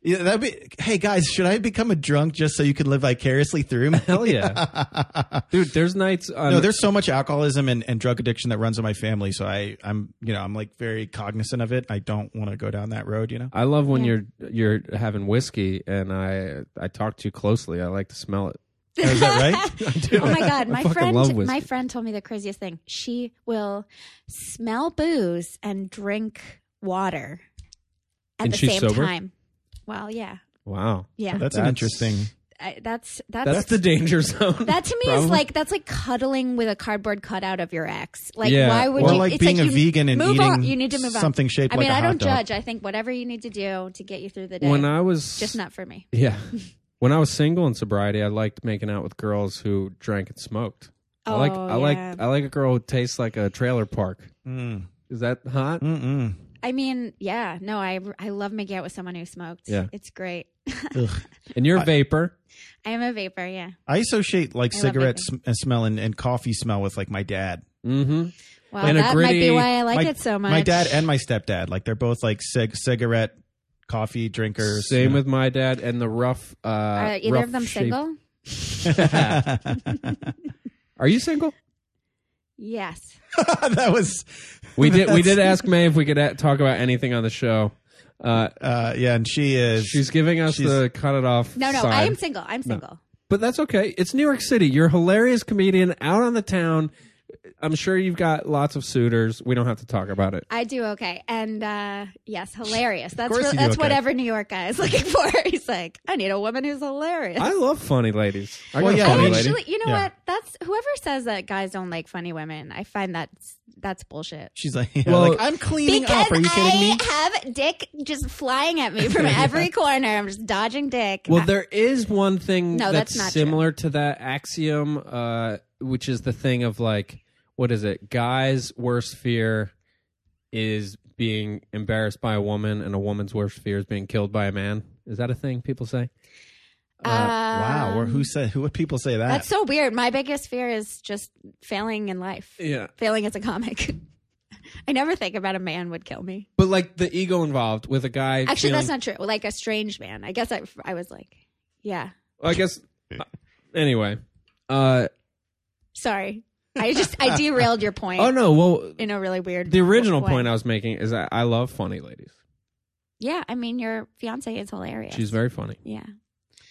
S2: yeah, that'd be. Hey guys, should I become a drunk just so you could live vicariously through me?
S1: Hell
S2: (laughs)
S1: yeah, dude. There's nights.
S3: Um,
S1: On,
S2: no, there's so much alcoholism and, and drug addiction that runs in my family. So I, I'm, you know, I'm like very cognizant of it. I don't want to go down that road,
S3: (laughs)
S2: you know?
S1: I love when you're you're having whiskey and I I talk too closely. I like to smell it.
S2: Is that (laughs) right?
S3: (laughs) Oh my god, my
S1: fucking
S3: friend
S1: love whiskey.
S3: my friend told me the craziest thing. She will smell booze and drink water at
S1: And
S3: the
S1: she's
S3: same
S1: sober?
S3: time. Well, yeah.
S1: Wow,
S3: Yeah.
S2: That's, an
S1: That's-
S2: interesting.
S3: I, that's that's,
S1: that's the danger zone. (laughs)
S3: that to me is
S1: Probably.
S3: like that's like cuddling with a cardboard cutout of your ex. Like
S1: Yeah.
S3: why would
S2: or
S3: you
S2: like
S3: it's
S2: being
S3: like
S2: a
S3: you
S2: vegan and
S3: move
S2: eating
S3: on. You need to move on.
S2: something shaped
S3: I mean,
S2: like
S3: I
S2: a hot
S3: don't
S2: dog.
S3: judge. I think whatever you need to do to get you through the day.
S1: when I was
S3: just not for me. (laughs)
S1: Yeah. When I was single in sobriety, I liked making out with girls who drank and smoked. I like
S3: Oh,
S1: I like
S3: yeah.
S1: I like a girl who tastes like a trailer park.
S2: Mm.
S1: Is that hot?
S3: (laughs)
S2: Mm-mm.
S3: I mean, yeah, no, I I love making out with someone who smoked.
S1: Yeah.
S3: It's great.
S2: Ugh.
S3: Mm-hmm.
S1: And you're a
S2: I-
S1: vapor.
S3: I am a vapor, yeah.
S2: I associate like
S3: I love
S2: cigarette sm- uh, smell and, and coffee smell with like my dad.
S1: Mm-hmm.
S3: Well,
S1: And a
S3: that might be
S1: gritty-
S3: why I like
S2: my-
S3: it so much.
S2: My
S3: (laughs)
S2: dad and my stepdad, like they're both like cig- cigarette, coffee drinkers.
S1: Same with (laughs) my dad and the rough. Uh,
S3: are either
S1: rough
S3: of them
S1: shape-
S3: single?
S2: (laughs) that
S1: Are you single?
S3: Yes.
S2: was
S1: We did we
S2: That's-
S3: (laughs)
S1: did ask May if we could a- talk about anything on the show. Uh,
S2: uh, yeah, and she is
S1: she's giving us
S2: She's-
S1: the cut it off.
S3: No, no,
S1: sign.
S3: I am single. I'm single.
S1: But that's okay. It's New York City. You're a hilarious comedian out on the town. I'm sure you've got lots of suitors. We don't have to talk about it.
S3: I do okay. And uh, yes, hilarious. That's
S2: course
S3: real-
S2: you do
S3: that's
S2: okay.
S3: whatever New York guy is (laughs) looking for. He's like, I need a woman who's hilarious.
S1: I love funny ladies. I
S2: Well,
S1: got
S2: yeah,
S1: a
S3: I
S1: funny
S2: mean,
S1: lady.
S3: actually, you know
S2: Yeah.
S3: what? That's whoever says that guys don't like funny women. I find that's that's bullshit.
S2: she's like, (laughs) yeah,
S1: Well-
S2: like I'm cleaning
S3: Because
S2: up. Are you kidding me?
S3: I have dick just flying at
S2: (laughs)
S3: me from every corner. I'm just dodging dick.
S1: Well, there is one thing
S3: No,
S1: that's,
S3: that's not
S1: similar to that axiom, uh, which is the thing of like, what is it? Guys' worst fear is being embarrassed by a woman, and a woman's worst fear is being killed by a man. Is that a thing people say?
S3: Uh,
S2: uh, wow, or
S3: Um,
S2: who said who would people say that?
S3: That's so weird. My biggest fear is just failing in life,
S1: Yeah.
S3: failing as a comic. (laughs) I never think about a man would kill me.
S1: But like the ego involved with a guy.
S3: Actually,
S1: feeling-
S3: that's not true. Like a strange man. I guess I, I was like, yeah,
S1: I guess. Anyway. Uh,
S3: sorry. I just I
S1: (laughs)
S3: derailed your point
S1: oh, no. Well,
S3: in a really weird.
S1: the original
S3: way.
S1: point I was making is that I love funny ladies.
S3: yeah, I mean your fiance is hilarious.
S1: She's very funny.
S3: yeah.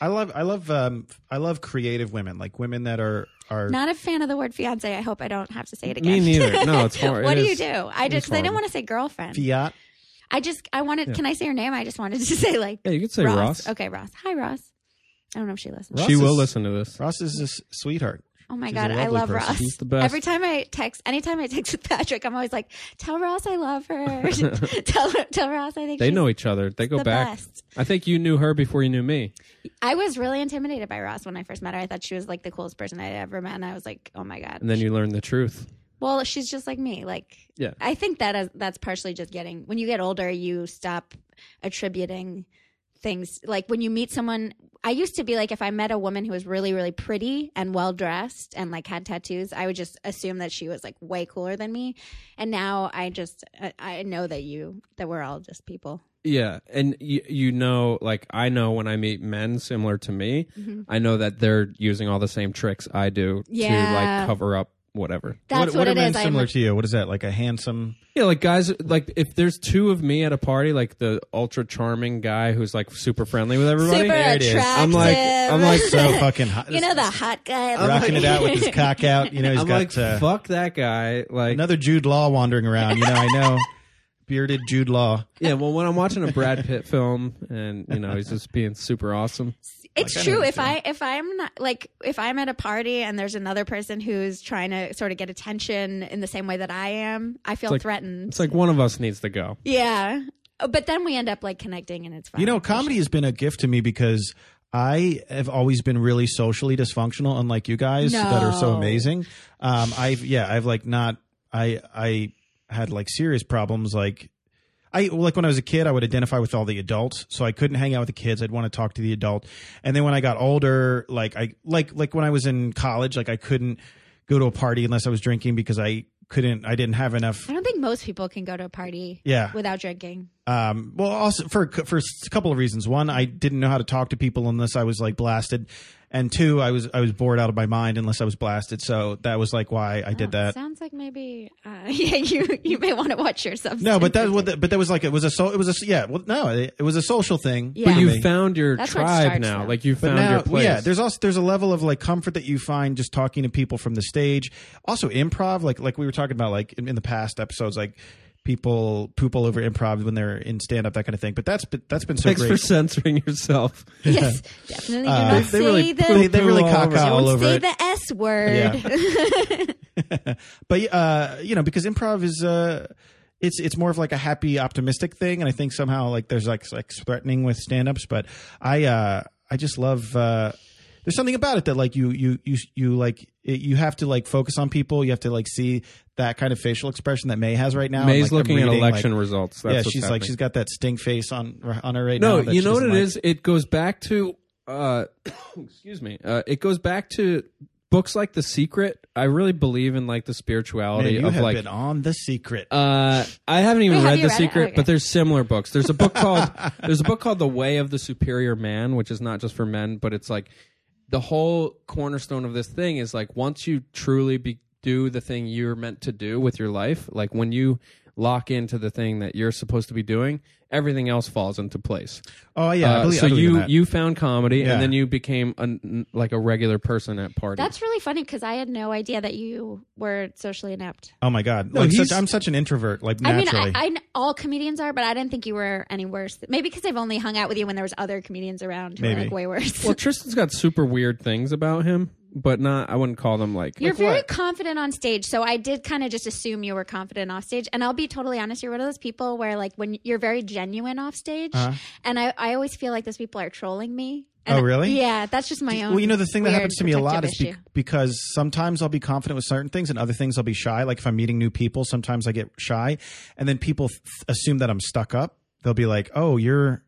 S2: I love I love um I love creative women, like women that are are
S3: Not a fan of the word fiance. I hope I don't have to say it
S1: Me
S3: again. (laughs)
S1: neither. No, it's hor-
S3: what
S1: it
S3: do you
S1: is-
S3: do? I
S1: it is
S3: just I didn't
S1: horrible.
S3: want to say girlfriend.
S2: fiat.
S3: I just I wanted. Can I say her name? I just wanted to (laughs) say like
S1: Yeah, you could say
S3: Ross.
S1: Ross.
S3: Okay, Ross. Hi, Ross. I don't know if she listens.
S2: Ross
S1: She will
S2: is-
S1: listen to this.
S2: Ross is a s- sweetheart.
S3: Oh my
S2: She's a
S3: god,
S2: lovely
S3: I love
S2: person.
S3: Ross.
S1: She's the best.
S3: Every time I text, anytime I text (laughs) with Patrick, I'm always like, "Tell Ross I love her. (laughs) tell her, tell Ross I think
S1: They
S3: she's
S1: know each other. They go
S3: the
S1: back.
S3: best."
S1: I think you knew her before you knew me.
S3: I was really intimidated by Ross when I first met her. I thought she was like the coolest person I ever met, and I was like, "Oh my god."
S1: And then you learned the truth.
S3: well, she's just like me. Like,
S1: Yeah.
S3: I think that is, that's partially just getting when you get older, you stop attributing things like when you meet someone. I used to be like, if I met a woman who was really, really pretty and well dressed and like had tattoos, I would just assume that she was like way cooler than me. And now I just, I, I know that you, that we're all just people.
S1: Yeah. And you, you know, like, I know when I meet men similar to me,
S3: Mm-hmm.
S1: I know that they're using all the same tricks I do to,
S3: Yeah.
S1: like, cover up whatever.
S3: That's what,
S2: what,
S3: it
S2: are men
S3: is. I'm-
S2: similar to you? What is that? Like a handsome
S1: Yeah. Like, guys, like, if there's two of me at a party, like the ultra charming guy who's, like, super friendly with everybody,
S3: super
S2: There it is.
S3: attractive.
S1: I'm like, I'm like,
S2: so
S3: (laughs)
S2: fucking hot.
S3: you know, the hot guy.
S2: rocking it out with
S3: (laughs)
S2: his cock out. You know, he's
S1: I'm
S2: got
S1: like,
S2: uh,
S1: fuck that guy. Like,
S2: another Jude Law wandering around. You know, I know bearded Jude Law.
S1: yeah, well, when I'm watching a Brad Pitt film and, you know, he's just being super awesome.
S3: It's
S2: Like, I know
S3: true.
S2: what
S3: If
S2: you're
S3: I if I'm not like if I'm at a party and there's another person who's trying to sort of get attention in the same way that I am, I feel
S1: like-
S3: threatened.
S1: It's like one of us needs to go.
S3: Yeah, Oh, but then we end up like connecting, and it's fun.
S2: You know, comedy has been a gift to me because I have always been really socially dysfunctional, unlike you guys that are so
S3: No.
S2: amazing. Um, I've yeah, I've like not I I had like serious problems like. I like when I was a kid, I would identify with all the adults, so I couldn't hang out with the kids. I'd want to talk to the adult. And then when I got older, like I like like when I was in college, like I couldn't go to a party unless I was drinking because I couldn't I didn't have enough
S3: I don't think most people can go to a party
S2: yeah
S3: without drinking.
S2: um, well, also for for a couple of reasons. One, I didn't know how to talk to people unless I was like blasted, and two, I was I was bored out of my mind unless I was blasted. So that was like why I did that.
S3: Sounds like maybe uh, (laughs) yeah, you you may want to watch yourself.
S2: No, but that was but that was like it was a so it was a yeah well no it, it was a social thing.
S3: Yeah.
S2: for
S3: But
S1: you
S2: me.
S1: found your
S3: That's where it
S1: tribe
S3: starts
S1: now.
S3: now.
S1: Like you
S2: But
S1: found
S2: now,
S1: your place.
S2: yeah, there's also there's a level of like comfort that you find just talking to people from the stage. Also, improv, like like we were talking about, like in, in the past episodes, like people poop all over improv when they're in stand up, that kind of thing. But that's been, that's been so
S1: Thanks
S2: great.
S1: for (laughs) censoring yourself.
S2: (laughs)
S3: yes, definitely do
S2: Uh,
S3: not
S2: they-
S1: they
S3: say
S1: really
S3: the
S2: they, they really
S1: Poo all
S2: caca
S1: over.
S2: all
S3: don't
S2: over
S3: say
S2: it.
S3: the S word.
S2: (laughs) but uh, you know, because improv is uh, it's it's more of like a happy, optimistic thing, and I think somehow like there's like like threatening with stand-ups, but I uh, I just love. Uh, there's something about it that like you you you you like it, you have to like focus on people. You have to like see that kind of facial expression that May has right now.
S1: May's
S2: and, like, I'm
S1: looking at
S2: reading,
S1: election
S2: like-
S1: results. That's
S2: yeah,
S1: what's
S2: she's like
S1: happening.
S2: she's got that stink face on on her right now.
S1: no
S2: that
S1: you
S2: she
S1: know what
S2: doesn't
S1: it
S2: like.
S1: is it goes back to uh (coughs) excuse me uh it goes back to books like the secret i really believe in like the
S2: Man,
S1: spirituality
S2: you
S1: of
S2: have
S1: like
S2: been on the secret.
S1: uh, I haven't even
S3: Wait, have
S1: read
S3: you
S1: The
S3: read it?
S1: Secret,
S3: Oh, okay.
S1: but there's similar books. There's a
S2: (laughs)
S1: book called There's a book called The Way of the Superior Man, which is not just for men, but it's like the whole cornerstone of this thing is like once you truly be, do the thing you're meant to do with your life, like when you lock into the thing that you're supposed to be doing, everything else falls into place.
S2: oh yeah, I
S1: Uh,
S2: believe,
S1: so
S2: I believe in
S1: you
S2: that.
S1: you found comedy
S2: Yeah.
S1: and then you became a n like a regular person at parties.
S3: (laughs) That's really funny because I had no idea that you were socially inept.
S2: Oh my god!
S1: No,
S2: like
S1: he's-
S2: such, I'm such an introvert. Like
S3: I mean,
S2: naturally,
S3: I, I kn- all comedians are, but I didn't think you were any worse. Maybe because I've only hung out with you when there was other comedians around who were
S2: Maybe.
S3: like way worse.
S1: well, Tristan's got super weird things about him, but not I wouldn't call them like
S3: (laughs) You're
S2: Like
S3: very
S2: what?
S3: confident on stage, so I did kind of just assume you were confident off stage. And I'll be totally honest, you're one of those people where like when you're very genuine off stage,
S2: Uh-huh.
S3: and I, I always feel like those people are trolling me.
S2: Oh,
S3: And-
S2: really?
S3: Yeah, that's just my own.
S2: Well, you know, the thing that
S3: weird
S2: happens to me a lot
S3: protective
S2: is be-
S3: issue.
S2: because sometimes I'll be confident with certain things and other things I'll be shy. Like if I'm meeting new people, sometimes I get shy. And then people th- assume that I'm stuck up. They'll be like, oh, you're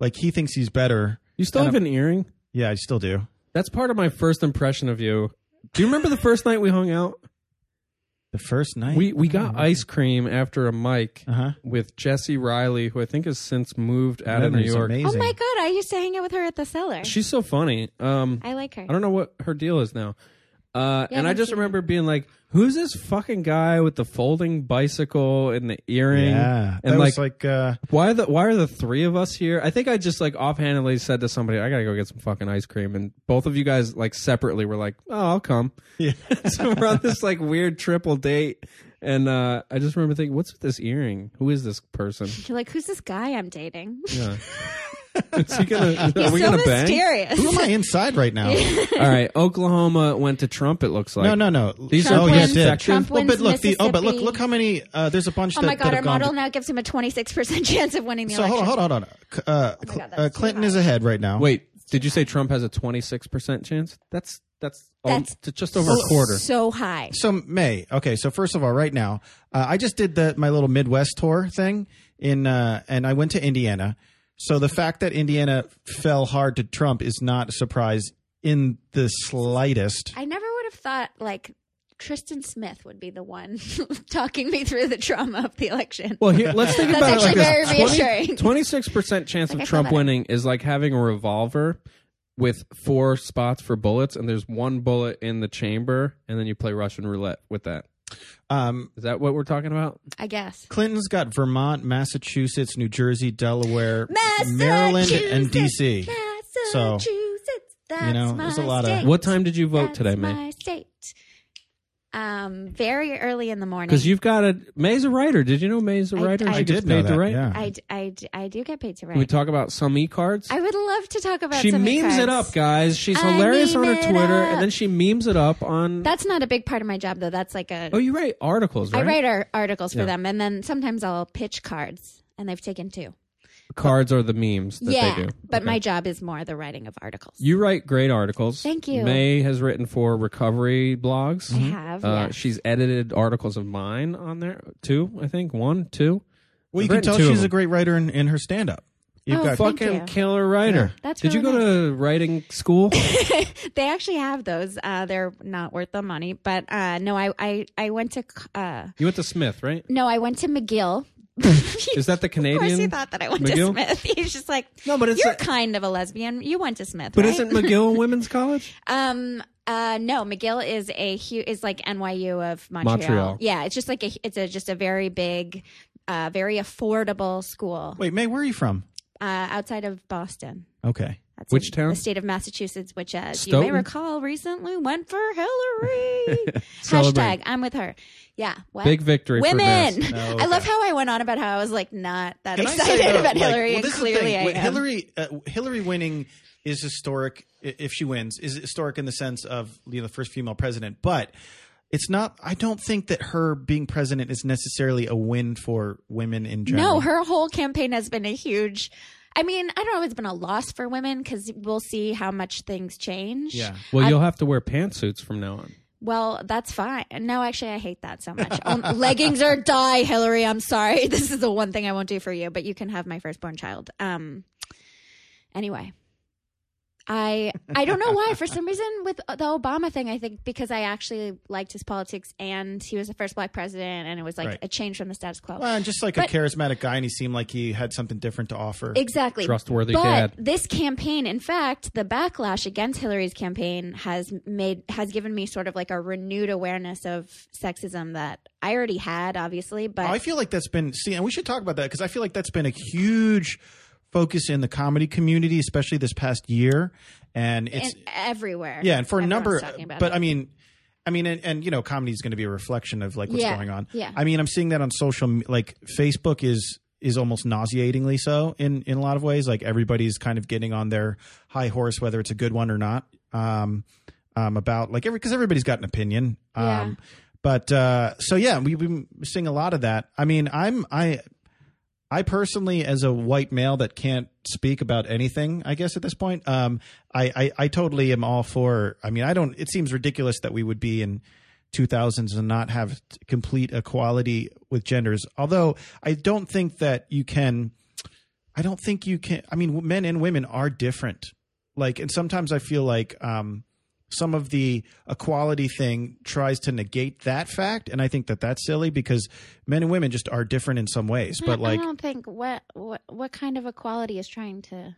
S2: like, he thinks he's better.
S1: You still have an earring?
S2: Yeah, I still do.
S1: That's part of my first impression of you. Do you remember the first night we hung out?
S2: The first night.
S1: We we got ice cream after a mic
S2: Mm-hmm. Uh-huh.
S1: with Jesse Riley, who I think has since moved out of New
S2: Memories,
S1: York.
S2: Amazing.
S3: oh my god, I used to hang out with her at the cellar.
S1: She's so funny. Um,
S3: I like her.
S1: I don't know what her deal is now. Uh,
S3: Yeah,
S1: and I
S3: I haven't
S1: just
S3: seen
S1: remember being like, "Who's this fucking guy with the folding bicycle and the earring?"
S2: Yeah.
S1: and
S2: that
S1: like,
S2: was
S1: (laughs)
S2: like, uh,
S1: why the why are the three of us here? I think I just like offhandedly said to somebody, "I gotta go get some fucking ice cream," and both of you guys like separately were like, "Oh, I'll come." (laughs)
S2: yeah.
S1: so we're on this like weird triple date, and uh, I just remember thinking, "What's with this earring? Who is this person? (laughs)
S3: You're like, who's this guy I'm dating? (laughs)
S1: Yeah. is he gonna?
S3: He's
S1: are we
S3: so
S1: gonna bang?
S3: mysterious. (laughs)
S2: Who am I inside right now?
S1: All right, Oklahoma went to Trump. It looks like
S2: no, no, no.
S1: These
S3: Trump
S2: oh,
S1: wins-
S2: yes, it did.
S1: Trump
S2: Well, but
S3: wins
S2: look, the, oh, but look,
S3: Mississippi.
S2: look how many, uh, there's a bunch
S3: Oh
S2: that,
S3: my
S2: that
S3: god, our
S2: have gone
S3: model now gives him a 26% (laughs) chance of winning the
S2: So hold
S3: election.
S2: on, hold on, hold on. C- Uh,
S3: Oh my God,
S2: Cl-
S3: that's
S2: uh,
S3: too
S2: Clinton
S3: high.
S2: is ahead right now.
S1: Wait, did you say Trump has a twenty six percent chance? That's that's,
S3: That's-
S1: oh, just over a quarter.
S3: So high.
S2: So May, okay. So first of all, right now, uh, I just did the my little Midwest tour thing in, uh, and I went to Indiana. So the fact that Indiana fell hard to Trump is not a surprise in the slightest.
S3: I never would have thought like Tristan Smith would be the one (laughs) talking me through the trauma of the election.
S1: Well, here, let's think
S3: That's
S1: about it
S3: actually
S1: like
S3: very
S1: this.
S3: reassuring.
S1: 26 percent chance
S3: Like, I
S1: of
S3: feel
S1: Trump
S3: better.
S1: winning is like having a revolver with four spots for bullets, and there's one bullet in the chamber, and then you play Russian roulette with that.
S2: Um,
S1: Is that what we're talking about?
S3: I guess.
S2: Clinton's got Vermont, Massachusetts, New Jersey, Delaware, Maryland, and DC.
S3: Massachusetts.
S2: So,
S3: that's
S2: you know,
S3: my
S2: there's a lot of-
S3: state.
S1: What time did you vote
S3: That's
S1: today, May?
S3: My state. Um, very early in the morning.
S1: Because you've got a May's a writer. Did you know May's a
S3: I-
S1: writer?
S3: I
S1: She
S2: I
S1: gets
S2: did know
S1: paid to
S2: that.
S1: write.
S2: Yeah.
S3: I, d- I d- I do get paid to
S1: Can we
S3: write.
S1: talk about some e cards?
S3: I would love to talk about.
S1: She
S3: some of
S1: memes
S3: the
S1: it
S3: cards.
S1: up, guys. She's
S3: I
S1: hilarious on her
S3: meme it
S1: Twitter,
S3: up.
S1: and then she memes it up on.
S3: That's not a big part of my job, though. That's like a.
S1: oh, you write articles,
S3: I
S1: right?
S3: write our articles for
S1: Yeah.
S3: them, and then sometimes I'll pitch cards, and they've taken two.
S1: Cards are the memes that
S3: yeah,
S1: they do.
S3: but
S1: Okay.
S3: my job is more the writing of articles.
S1: You write great articles.
S3: Thank you.
S1: May has written for recovery blogs.
S3: I have.
S1: Uh,
S3: yes.
S1: She's edited articles of mine on there. Two, I think. One, two.
S2: Well, you
S1: I've
S2: can
S1: written
S2: tell
S1: two of
S2: she's a
S1: them.
S2: great writer in, in her stand up. You've
S3: Oh,
S2: got
S3: fuck. Thank
S1: fucking
S3: you.
S1: killer writer.
S2: Yeah.
S3: That's
S1: Did you go
S3: really
S1: to writing school?
S3: they actually have those. Uh, they're not worth the money, but uh, no, I, I, I went to. c- Uh,
S1: you went to Smith, right?
S3: no, I went to McGill.
S1: (laughs) Is that the
S3: (laughs) Of course, he
S1: Canadian?
S3: thought that I went
S1: McGill?
S3: to Smith. (laughs) He's just like,
S1: No, but it's
S3: you're
S1: a-
S3: kind of a lesbian. You went to Smith,
S1: But
S3: right?
S1: isn't McGill a women's college?
S3: Um. Uh. No, McGill is a hu- is like NYU of Montreal.
S1: Montreal.
S3: Yeah, it's just like a it's a just a very big, uh, very affordable school
S2: Wait, May, where are you from?
S3: uh, outside of Boston.
S2: Okay.
S3: That's
S1: Which
S3: in
S1: town?
S3: The state of Massachusetts, which, as you
S1: Stoughton?
S3: may recall, recently went for
S1: (laughs)
S3: Hillary.
S1: Celebrate.
S3: Hashtag I'm with her. Yeah. What?
S1: Big victory for Mass.
S3: Women.
S2: Oh,
S3: I love
S2: okay.
S3: how I went on about how I was like not that
S2: Can I say,
S3: excited
S2: though,
S3: about
S2: like,
S3: Hillary,
S2: well,
S3: and
S2: this is the
S3: clearly
S2: thing.
S3: I
S2: Wait,
S3: am.
S2: Hillary, uh, Hillary winning is historic i- if she wins is historic in the sense of you know the first female president, but it's not. I don't think that her being president is necessarily a win for women in general.
S3: No, her whole campaign has been a huge. I mean, I don't know if it's been a loss for women because we'll see how much things change.
S2: Yeah.
S1: Well, you'll have to wear pantsuits from now on.
S3: Well, that's fine. No, actually, I hate that so much. Um, (laughs) leggings or die, Hillary. I'm sorry. (laughs) This is the one thing I won't do for you, but you can have my firstborn child. Um. Anyway. I I don't know why for some reason with the Obama thing I think because I actually liked his politics and he was the first black president and it was like
S2: Right.
S3: a change from the status quo.
S2: Well, and just like a
S3: But-
S2: charismatic guy, and he seemed like he had something different to offer.
S3: Exactly.
S1: Trustworthy
S3: but
S1: dad.
S3: This campaign, in fact, the backlash against Hillary's campaign has made has given me sort of like a renewed awareness of sexism that I already had, obviously, but
S2: I feel like that's been see, and we should talk about that because I feel like that's been a huge focus in the comedy community, especially this past year. And
S3: and
S2: it's
S3: everywhere.
S2: yeah, and for a
S3: Everyone's
S2: number,
S3: talking about
S2: but
S3: it.
S2: I mean, I mean, and, and you know, comedy is going to be a reflection of like what's
S3: Yeah,
S2: going on.
S3: yeah.
S2: I mean, I'm seeing that on social, me- like Facebook is is almost nauseatingly so in in a lot of ways. Like everybody's kind of getting on their high horse, whether it's a good one or not. Um, um, about like every because everybody's got an opinion. Um, but uh, so yeah, we, we've been seeing a lot of that. I mean, I'm I. I personally, as a white male that can't speak about anything, I guess at this point, um, I, I, I totally am all for. I mean, I don't. It seems ridiculous that we would be in 2000s and not have t- complete equality with genders. Although I don't think that you can. I don't think you can. I mean, w- men and women are different. Like, and sometimes I feel like um, some of the equality thing tries to negate that fact, and I think that that's silly because men and women just are different in some ways.
S3: I-
S2: But like,
S3: Hmm, I don't think what what what kind of equality is trying to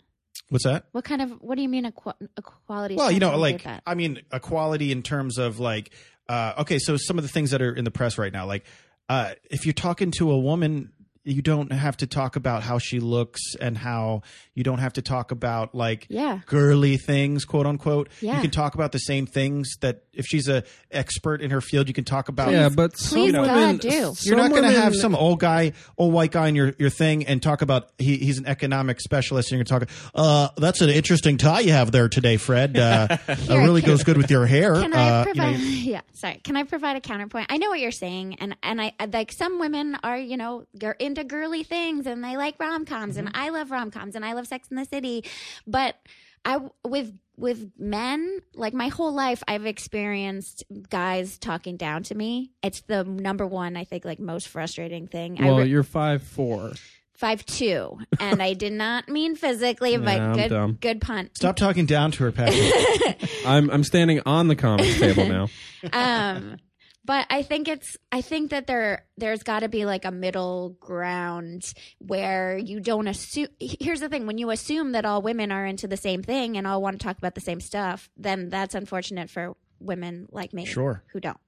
S2: what's that?
S3: what kind of what do you mean equa- equality? is
S2: Well, you
S3: trying
S2: know,
S3: to
S2: like
S3: negate that?
S2: I mean, equality in terms of like, uh, okay, so some of the things that are in the press right now, like uh, if you're talking to a woman, you don't have to talk about how she looks and how you don't have to talk about like
S3: yeah.
S2: girly things, quote unquote.
S3: Yeah.
S2: You can talk about the same things that if she's a expert in her field, you can talk about.
S1: yeah, but
S3: please
S1: some
S3: God,
S1: women,
S3: do.
S1: s- some
S2: You're not going to
S1: women-
S2: have some old guy, old white guy in your, your thing and talk about he, he's an economic specialist and you're going to talk, uh, that's an interesting tie you have there today, Fred.
S3: (laughs)
S2: Uh, it really
S3: can-
S2: goes good with your hair.
S3: Can
S2: uh,
S3: I
S2: you know,
S3: provide? (laughs) yeah, sorry. Can I provide a counterpoint? I know what you're saying, and and I I- like some women are you know they're into girly things and they like rom coms, and
S2: Mm-hmm.
S3: I love rom coms, and I love Sex in the City, but I with with men like my whole life I've experienced guys talking down to me. It's the number one I think like most frustrating thing. I
S1: Well,
S3: re-
S1: you're five four.
S3: five two, and I did not mean physically, but
S1: I'm
S3: good
S1: dumb.
S3: good punt. (laughs)
S2: stop talking down to her, Patrick.
S1: I'm I'm standing on the
S3: (laughs)
S1: comics table now.
S3: um but i think it's i think that there there's got to be like a middle ground where you don't assume here's the thing when you assume that all women are into the same thing and all want to talk about the same stuff then that's unfortunate for women like me
S2: Sure.
S3: who don't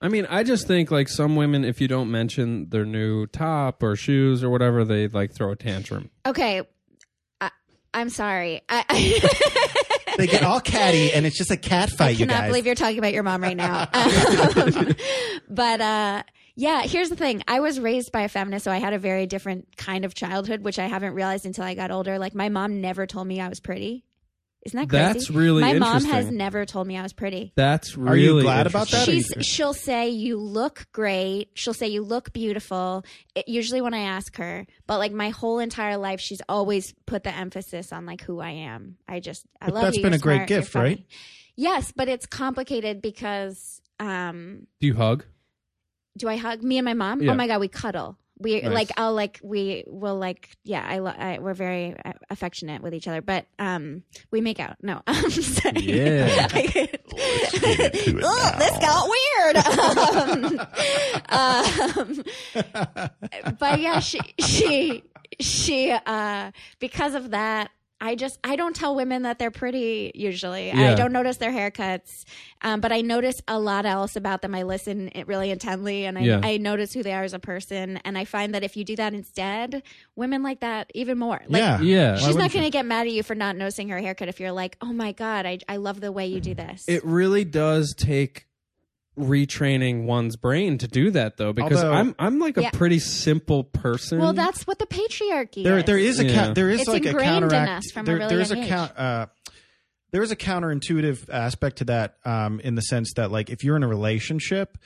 S1: I mean, I just think like some women, if you don't mention their new top or shoes or whatever, they like throw a tantrum.
S3: okay I, i'm sorry i (laughs)
S2: they get all catty and it's just a cat
S3: I
S2: fight, you
S3: cannot
S2: guys.
S3: believe you're talking about your mom
S1: (laughs)
S3: right now. (laughs) Um, but uh, yeah, here's the thing. I was raised by a feminist, so I had a very different kind of childhood, which I haven't realized until I got older. Like my mom never told me I was pretty. Isn't that crazy?
S1: That's really
S3: my mom
S1: interesting.
S3: has never told me I was pretty.
S1: That's
S2: Are
S1: really
S2: you glad about that? or
S1: interesting.
S2: you
S3: She's, she'll say you look great. She'll say you look beautiful. It, usually when I ask her, but like my whole entire life, she's always put the emphasis on like who I am. I just I
S2: But
S3: love
S2: that's
S3: you.
S2: been
S3: You're
S2: a great
S3: smart. You're
S2: gift, right?
S3: funny. Yes, but it's complicated because um,
S1: Do you hug?
S3: do I hug me and my mom?
S1: Yeah.
S3: Oh my god, we cuddle. we
S1: Nice.
S3: like I'll like we will like yeah I, lo- I we're very uh, affectionate with each other but um we make out no (laughs) I'm sorry
S1: Yeah.
S3: (laughs) oh (laughs) this got weird um,
S1: (laughs)
S3: um, (laughs) but yeah she she she uh because of that I just I don't tell women that they're pretty usually
S1: Yeah.
S3: I don't notice their haircuts um, but I notice a lot else about them I listen it really intently and I,
S1: Yeah.
S3: I notice who they are as a person and I find that if you do that instead women like that even more like
S2: yeah.
S1: yeah.
S3: She's not
S2: wouldn't
S3: going to get mad at you for not noticing her haircut if you're like, oh my God, I, I love the way you do this.
S1: It really does take retraining one's brain to do that though because
S2: Although-
S1: I'm I'm like a
S3: Yeah.
S1: pretty simple person.
S3: well, that's what the patriarchy
S2: There,
S3: is.
S2: there is a
S1: Yeah.
S2: ca- there is
S3: It's
S2: like a
S3: ingrained in
S2: counteract.
S3: us from a
S2: there,
S3: really
S2: there is
S3: young
S2: a
S3: age.
S2: count. Uh, there is a counterintuitive aspect to that, um, in the sense that like if you're in a relationship,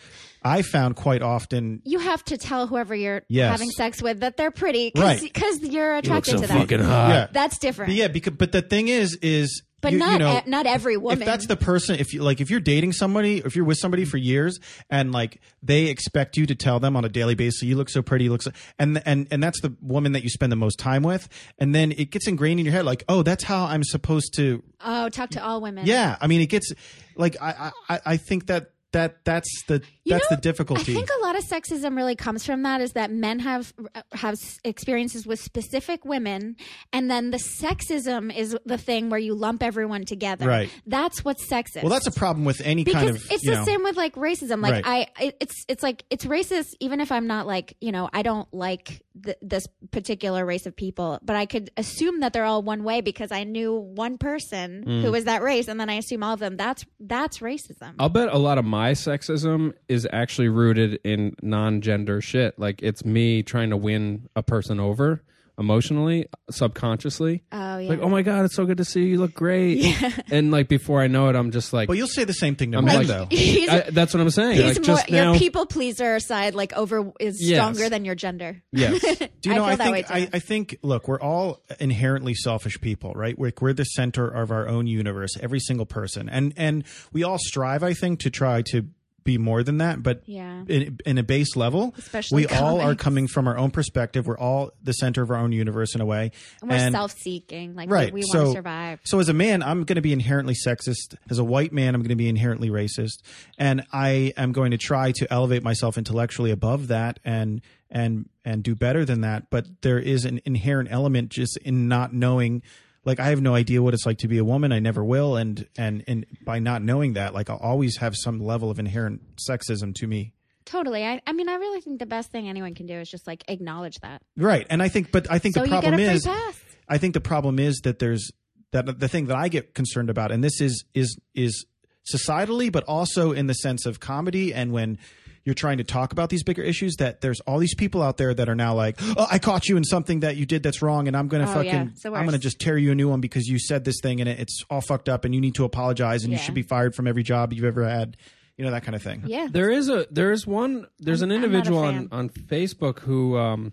S2: I found quite often.
S3: You have to tell whoever you're
S2: Yes.
S3: having sex with that they're pretty because
S2: Right.
S3: you're attracted to them.
S1: hot.
S2: yeah,
S3: That's different.
S2: But yeah, because but the thing is, is
S3: but
S2: you,
S3: not
S2: you know,
S3: e- not every
S2: if
S3: woman.
S2: that's the person, if you like, if you're dating somebody, if you're with somebody for years, and like they expect you to tell them on a daily basis, you look so pretty, you look so, and and and that's the woman that you spend the most time with, and then it gets ingrained in your head, like, oh, that's how I'm supposed to
S3: oh, talk to all women.
S2: Yeah, I mean, it gets like I I, I think that that that's the
S3: You
S2: that's
S3: know,
S2: the difficulty.
S3: I think a lot of sexism really comes from that is that men have have s- experiences with specific women, and then the sexism is the thing where you lump everyone together.
S2: Right.
S3: That's what's sexist.
S2: well, that's a problem with any
S3: because
S2: kind of
S3: it's
S2: you
S3: the
S2: know,
S3: same with like racism like
S2: Right.
S3: i it- it's it's like it's racist even if i'm not like you know i don't like th- this particular race of people but i could assume that they're all one way because i knew one person
S2: Mm.
S3: who was that race and then i assume all of them that's that's racism
S1: I'll bet a lot of my sexism is actually rooted in non-gender shit. Like it's me trying to win a person over emotionally, subconsciously.
S3: oh yeah
S1: Like, oh my god, it's so good to see you. You look great. And like before I know it, I'm just like,
S2: But you'll say the same thing to
S1: I'm
S2: men
S1: like-
S2: though.
S3: he's,
S1: I- that's what I'm saying.
S3: he's
S1: Like,
S3: more
S1: just
S3: your
S1: now,
S3: people pleaser side like over is
S1: Yes.
S3: stronger than your gender
S1: (laughs) yes,
S3: (laughs)
S2: Do you know?
S3: I
S2: I,
S3: feel that
S2: think
S3: way,
S2: I,
S3: too.
S2: I think. Look, we're all inherently selfish people, right? We're, we're the center of our own universe, every single person, and and we all strive, I think, to try to be more than that. But
S3: yeah
S2: in, in a base level,
S3: Especially
S2: we all are
S3: comics.
S2: coming from our own perspective. We're all the center of our own universe in a way,
S3: and we're self-seeking like we-
S2: Right,
S3: we, want
S2: so-
S3: to survive
S2: So as a man, I'm going to be inherently sexist. As a white man, I'm going to be inherently racist, and I am going to try to elevate myself intellectually above that and and and do better than that. But there is an inherent element just in not knowing. Like I have no idea what it's like to be a woman. I never will, and and and by not knowing that, like I'll always have some level of inherent sexism to me.
S3: totally I, I mean i really think the best thing anyone can do is just like acknowledge that
S2: Right, and I think, but I think
S3: so
S2: the
S3: you get
S2: problem
S3: a free
S2: is,
S3: pass
S2: I think the problem is that there's that the thing that I get concerned about, and this is is is societally, but also in the sense of comedy and when you're trying to talk about these bigger issues that there's all these people out there that are now like oh, i caught you in something that you did that's wrong and i'm gonna
S3: Oh,
S2: fucking
S3: yeah. It's the
S2: i'm gonna
S3: worst.
S2: just tear you a new one because you said this thing and it, it's all fucked up and you need to apologize and you
S3: Yeah.
S2: should be fired from every job you've ever had you know that kind of thing
S3: yeah
S1: There is a there is one there's an
S3: I'm- I'm not a
S1: individual on
S3: fan.
S1: on Facebook who um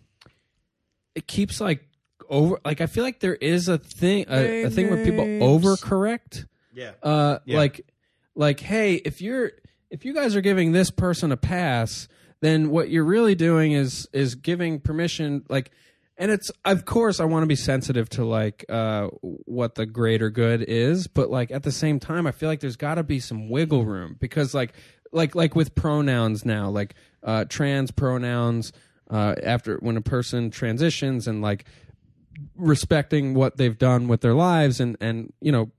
S1: it keeps like over like I feel like there is a thing a, a thing where people overcorrect
S2: yeah
S1: uh
S2: Yeah.
S1: like like hey if you're if you guys are giving this person a pass then what you're really doing is is giving permission like and it's of course i want to be sensitive to like uh what the greater good is but like at the same time i feel like there's got to be some wiggle room because like like like with pronouns now like uh trans pronouns uh after when a person transitions and like respecting what they've done with their lives and and you know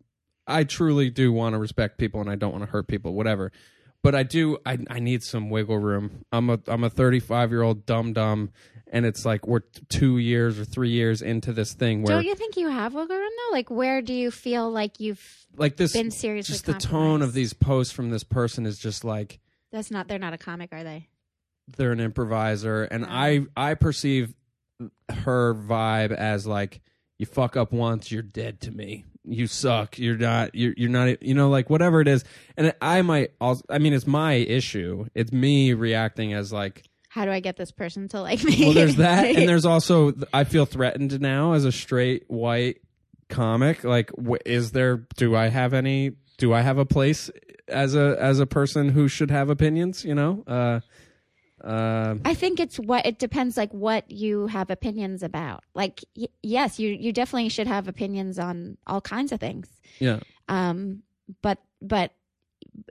S1: I truly do want to respect people and I don't want to hurt people, whatever. But I do I I need some wiggle room. I'm a I'm a 35 year old dumb dumb and it's like we're t- two years or three years into this thing where
S3: Don't you think you have wiggle room though? Like, where do you feel like you've
S1: like this
S3: been seriously?
S1: just the tone of
S3: compromised?
S1: these posts from this person is just like
S3: That's not. They're not a comic, are they?
S1: they're an improviser and I I perceive her vibe as like you fuck up once you're dead to me you suck you're not you're, you're not you know like whatever it is and i might also i mean it's my issue it's me reacting as like
S3: How do I get this person to like me?
S1: well
S3: (laughs)
S1: there's that and there's also i feel threatened now as a straight white comic like wh- is there do i have any do i have a place as a as a person who should have opinions you know uh Um,
S3: I think it's what it depends like what you have opinions about. Like y- yes, you you definitely should have opinions on all kinds of things.
S1: yeah.
S3: Um but but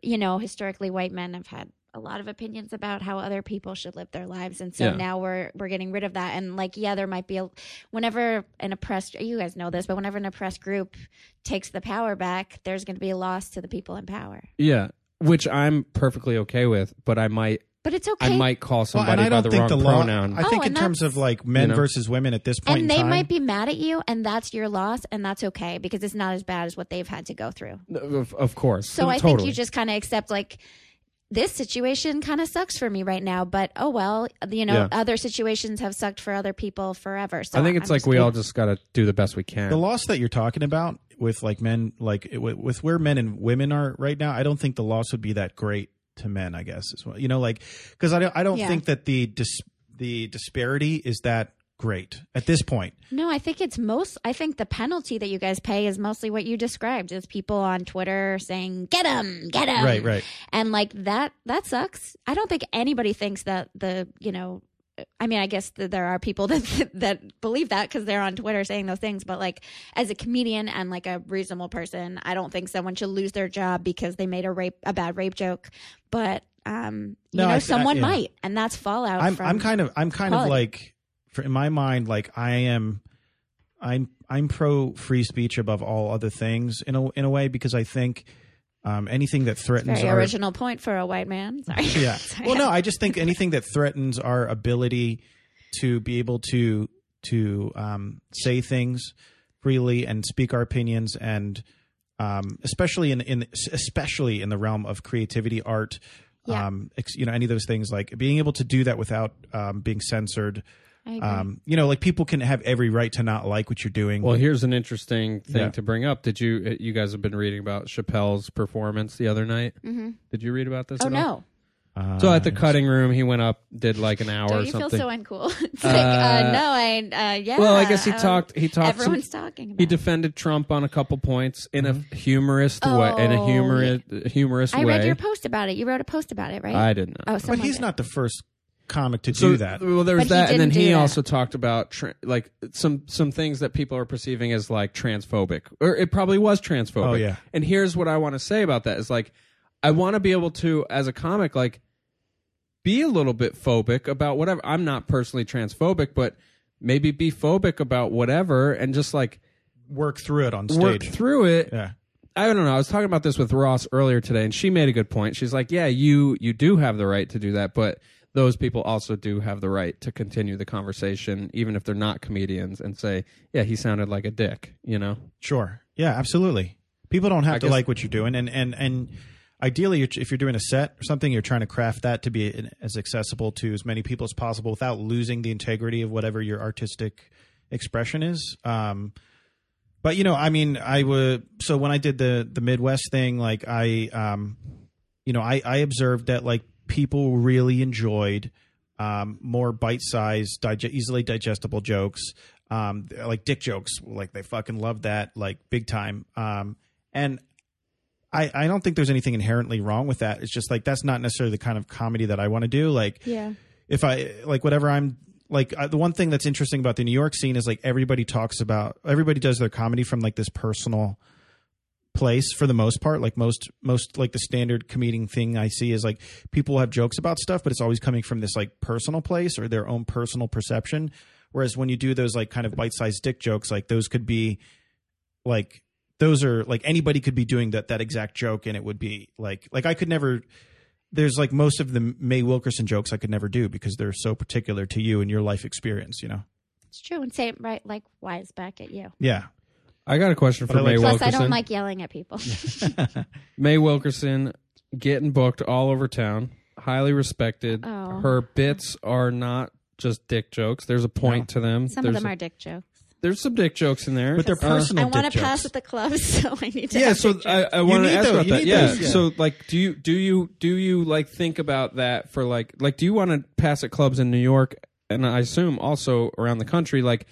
S3: you know, historically white men have had a lot of opinions about how other people should live their lives and so
S1: Yeah.
S3: now we're we're getting rid of that and like yeah there might be a whenever an oppressed you guys know this but whenever an oppressed group takes the power back there's going to be a loss to the people in power
S1: Yeah. Which I'm perfectly okay with, but I might
S3: but it's okay
S1: I might call
S2: Well,
S1: somebody by the wrong
S2: law.
S1: pronoun.
S2: I think
S3: Oh,
S2: in
S3: and
S2: terms
S3: that's-
S2: of like
S1: You
S2: men
S1: know?
S2: versus women at this point
S3: and
S2: in
S3: they
S2: time,
S3: might be mad at you and that's your loss and that's okay because it's not as bad as what they've had to go through
S1: of, of course.
S3: so i
S1: Mm, totally.
S3: think you just kind of accept like this situation kind of sucks for me right now but oh well you know
S1: Yeah.
S3: other situations have sucked for other people forever so
S1: I think it's
S3: I'm
S1: like
S3: just-
S1: we all just got to do the best we can.
S2: the loss that you're talking about with like men, like it- with, with where men and women are right now, I don't think the loss would be that great to men. I guess as well, you know, like because I don't, I don't
S3: Yeah.
S2: think that the dis, the disparity is that great at this point.
S3: no i think it's most i think the penalty that you guys pay is mostly what you described is people on twitter saying get him get him
S2: right, right.
S3: and like that that sucks i don't think anybody thinks that the you know i mean i guess that there are people (laughs) that that believe that because they're on twitter saying those things but like as a comedian and like a reasonable person i don't think someone should lose their job because they made a rape a bad rape joke but um you
S2: No,
S3: know
S2: I th-
S3: someone
S2: I- yeah.
S3: might and that's fallout
S2: I'm
S3: from
S2: I'm kind of I'm kind of
S3: quality.
S2: like for, in my mind like I am I'm I'm pro free speech above all other things in a in a way because I think um, anything that threatens
S3: very
S2: our
S3: original point for a white man (laughs) sorry
S2: yeah
S3: Sorry.
S2: well no I just think anything that threatens our ability to be able to to um, say things freely and speak our opinions and um, especially in in especially in the realm of creativity art
S3: Yeah.
S2: um, ex- you know any of those things like being able to do that without um, being censored
S3: I agree.
S2: um, you know, like people can have every right to not like what you're doing.
S1: well, here's an interesting thing
S2: Yeah.
S1: to bring up. Did you uh, you guys have been reading about Chappelle's performance the other night? Mm-hmm. Did you read about this?
S3: oh
S1: at all?
S3: no
S1: So
S2: Um,
S1: at the cutting room, he went up, did like an hour
S3: don't
S1: or
S3: you
S1: something.
S3: feel so uncool (laughs) it's like uh, no i uh, yeah
S1: well, I guess he
S3: um,
S1: talked. He talked. some-
S3: everyone's talking about
S1: he
S3: it.
S1: defended Trump on a couple points in
S2: Mm-hmm.
S1: a humorous way. In a
S3: Oh,
S1: humorous, humorous
S3: I
S1: way.
S3: read your post about it. You wrote a post about it, right?
S1: I did not.
S3: oh,
S2: but
S3: someone
S2: he's
S3: did.
S2: not the first comic to do that.
S1: Well, there was
S3: But he
S1: that, and then
S3: didn't do
S1: he
S3: that.
S1: also talked about tra- like some some things that people are perceiving as like transphobic, or it probably was transphobic.
S2: Oh, yeah.
S1: And here's what I want to say about that is like, I want to be able to, as a comic, like, be a little bit phobic about whatever. I'm not personally transphobic, but maybe be phobic about whatever, and just like
S2: Work through it on
S1: work
S2: stage.
S1: through it.
S2: yeah.
S1: I don't know. I was talking about this with Ross earlier today, and she made a good point. She's like, "Yeah, you you do have the right to do that, but those people also do have the right to continue the conversation, even if they're not comedians, and say, yeah, he sounded like a dick.' You know?
S2: Sure. Yeah, absolutely. People don't have to
S1: guess-
S2: like what you're doing, and and and ideally, you're, if you're doing a set or something, you're trying to craft that to be an- as accessible to as many people as possible without losing the integrity of whatever your artistic expression is. Um, but you know, I mean, I would. So when I did the the Midwest thing, like I, um, you know, I I observed that like people really enjoyed um, more bite sized, dig- easily digestible jokes, um, like dick jokes. Like they fucking love that, like big time. Um, and I, I don't think there's anything inherently wrong with that. It's just like that's not necessarily the kind of comedy that I want to do. Like
S3: Yeah.
S2: if I like whatever I'm like I, the one thing that's interesting about the New York scene is like everybody talks about everybody does their comedy from like this personal place for the most part like most most like the standard comedic thing I see is like people have jokes about stuff but it's always coming from this like personal place or their own personal perception whereas when you do those like kind of bite-sized dick jokes like those could be like those are like anybody could be doing that that exact joke and it would be like like I could never there's like most of the May Wilkerson jokes I could never do because they're so particular to you and your life experience, you know.
S3: It's true. And say it right, like, wise back at you.
S2: Yeah.
S1: I got a question for
S2: But I like-
S1: May
S3: Plus,
S1: Wilkerson.
S3: I don't like yelling at people.
S1: May Wilkerson getting booked all over town, highly respected.
S3: Oh.
S1: Her bits are not just dick jokes. There's a point to them.
S3: (laughs) Some
S1: there's
S3: of them
S1: a-
S3: are dick jokes.
S1: there's some dick jokes in there,
S2: But they're
S1: Uh,
S2: personal
S3: I want
S2: dick
S3: to pass
S2: jokes.
S3: at the club, (laughs) so I need to.
S1: yeah
S3: have
S1: so
S3: dick jokes.
S1: i, I want
S2: need
S1: to ask
S2: those,
S1: about
S2: you
S1: that
S2: need
S1: yeah.
S2: those, yeah.
S1: so like do you do you do you like think about that for like like do you want to pass at clubs in new york and i assume also around the country like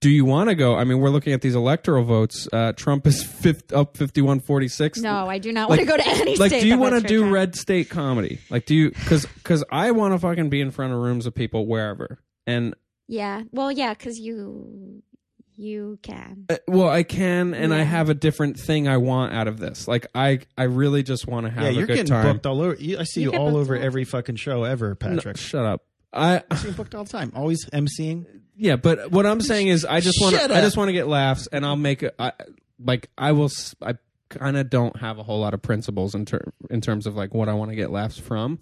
S1: do you want to go? I mean, we're looking at these electoral votes. Uh, Trump is fifth, up 51 46.
S3: No, I do not
S1: Like-
S3: want to go to any
S1: Like,
S3: state.
S1: do you
S3: that
S1: want to
S3: votes for
S1: do
S3: Trump.
S1: red state comedy? Like, do you, cause, cause I want to fucking be in front of rooms of people wherever. And,
S3: Yeah. Well, yeah, because you you can.
S1: uh, well, I can, and I
S3: Yeah.
S1: have a different thing I want out of this. Like, I, I really just want to have
S2: yeah,
S1: a
S2: you're
S1: good
S2: getting
S1: time.
S2: booked all over. You, I see
S3: You
S2: you,
S3: get
S2: all
S3: booked
S2: over
S3: all-
S2: every fucking show ever,
S1: No,
S2: (laughs) Patrick.
S1: shut up. I,
S2: I'm getting booked all the time. Always emceeing.
S1: Yeah, but what I'm saying is, I just want
S2: Shut
S1: to. I
S2: up.
S1: just want to get laughs, and I'll make. A, I like. I will. s- I kind of don't have a whole lot of principles in ter- in terms of like what I want to get laughs from.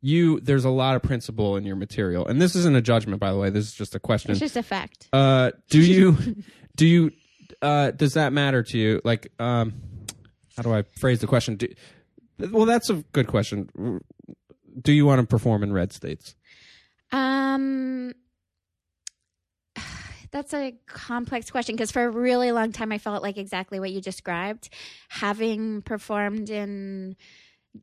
S1: You, there's a lot of principle in your material, and this isn't a judgment, by the way. This is just a question.
S3: It's just a fact.
S1: uh, do you, do you, uh, does that matter to you? Like, um, how do I phrase the question? Do, well, that's a good question. Do you want to perform in red states?
S3: Um, (sighs) that's a complex question because for a really long time I felt like exactly what you described, having performed in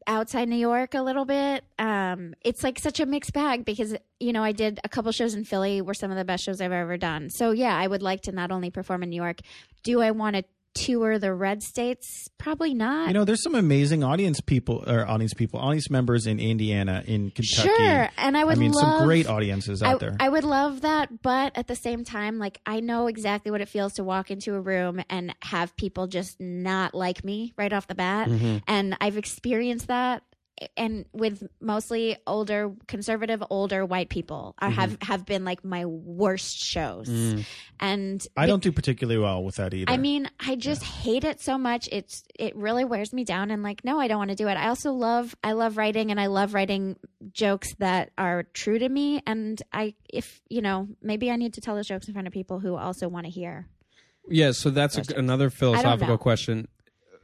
S3: outside New York a little bit. Um, it's like such a mixed bag because you know I did a couple shows in Philly were some of the best shows I've ever done. So yeah, I would like to not only perform in New York. Do I want to tour the red states? Probably not.
S2: You know, there's some amazing audience people or audience people, audience members in Indiana, in Kentucky.
S3: sure, and I
S2: I
S3: would
S2: mean,
S3: love
S2: some great audiences out
S3: I,
S2: there.
S3: I would love that, but at the same time, like I know exactly what it feels to walk into a room and have people just not like me right off the bat,
S2: Mm. Mm-hmm.
S3: and I've experienced that. And with mostly older, conservative, older white people, I
S2: Mm-hmm.
S3: have have been like my worst shows. And
S2: Mm. I don't do particularly well with that either.
S3: I mean, I just hate it so much. It's it really wears me down and like, no, I don't want to do it. I also love I love writing and I love writing jokes that are true to me and I if, you know, maybe I need to tell those jokes in front of people who also want to hear.
S1: Yeah, so that's a, another philosophical
S3: know.
S1: question.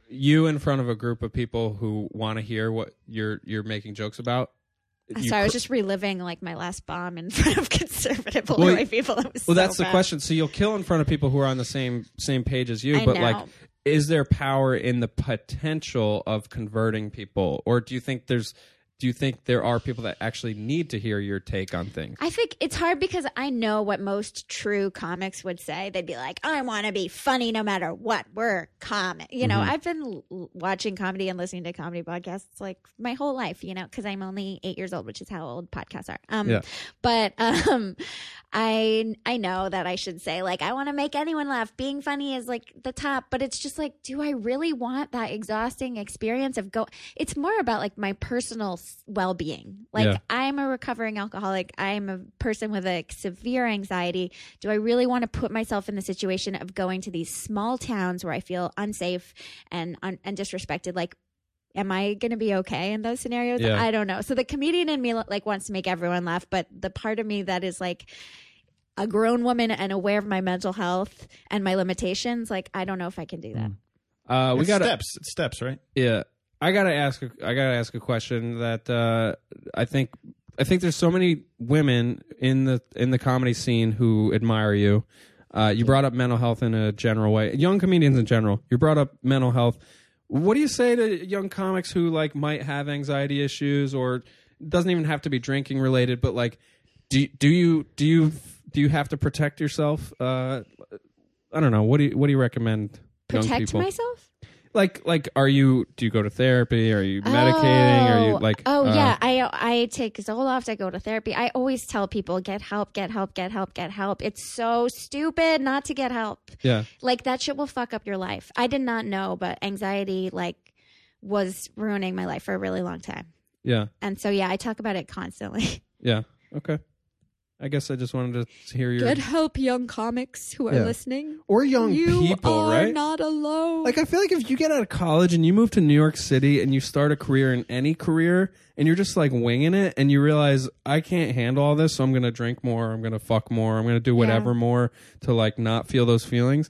S1: You in front of a group of people who want to hear what you're you're making jokes about. you
S3: Sorry, I
S1: cr-
S3: was just reliving like my last bomb in front of (laughs) conservative
S1: Well,
S3: white people. It was
S1: well,
S3: so
S1: that's the
S3: bad.
S1: question. So you'll kill in front of people who are on the same same page as you,
S3: I
S1: but
S3: know.
S1: like, is there power in the potential of converting people, or do you think there's do you think there are people that actually need to hear your take on things?
S3: I think it's hard because I know what most true comics would say. They'd be like, I want to be funny no matter what. We're comic. You know, I've been l- l- watching comedy and listening to comedy podcasts like my whole life, you know, because I'm only eight years old, which is how old podcasts are. Um,
S1: Yeah.
S3: But (laughs) um, I, I know that I should say, like, I want to make anyone laugh. Being funny is like the top, but it's just like, do I really want that exhausting experience of go? It's more about like my personal well being. Like,
S1: Yeah.
S3: I'm a recovering alcoholic. I'm a person with a severe anxiety. Do I really want to put myself in the situation of going to these small towns where I feel unsafe and un- and disrespected? Like, am I going to be okay in those scenarios?
S1: Yeah.
S3: I don't know. So the comedian in me like wants to make everyone laugh, but the part of me that is like a grown woman and aware of my mental health and my limitations, like I don't know if I can do that.
S1: Uh, we
S2: It's
S1: got
S2: steps. It's steps, right?
S1: Yeah, I gotta ask. a- I gotta ask a question that uh, I think I think there's so many women in the in the comedy scene who admire you. Uh, you brought up mental health in a general way. Young comedians in general. You brought up mental health. What do you say to young comics who like might have anxiety issues or it doesn't even have to be drinking related, but like, do do you do you do you have to protect yourself? Uh, I don't know. What do you what do you recommend? young
S3: Protect
S1: people?
S3: myself?
S1: like like are you do you go to therapy are you medicating are you
S3: Oh.
S1: like
S3: Oh
S1: uh,
S3: yeah, I I take Zoloft. I go to therapy. I always tell people get help, get help, get help, get help. It's so stupid not to get help.
S1: yeah
S3: Like that shit will fuck up your life. I did not know, but anxiety like was ruining my life for a really long time.
S1: yeah
S3: And so yeah, I talk about it constantly. (laughs)
S1: yeah okay i guess i just wanted to hear your
S3: help, young comics who are
S1: Yeah.
S3: listening.
S1: or young people right
S3: not alone.
S2: uh,
S1: like i feel like if you get out of college and you move to new york city and you start a career in any career and you're just like winging it and you realize i can't handle all this so i'm gonna drink more i'm gonna fuck more i'm gonna do whatever more to like not feel those feelings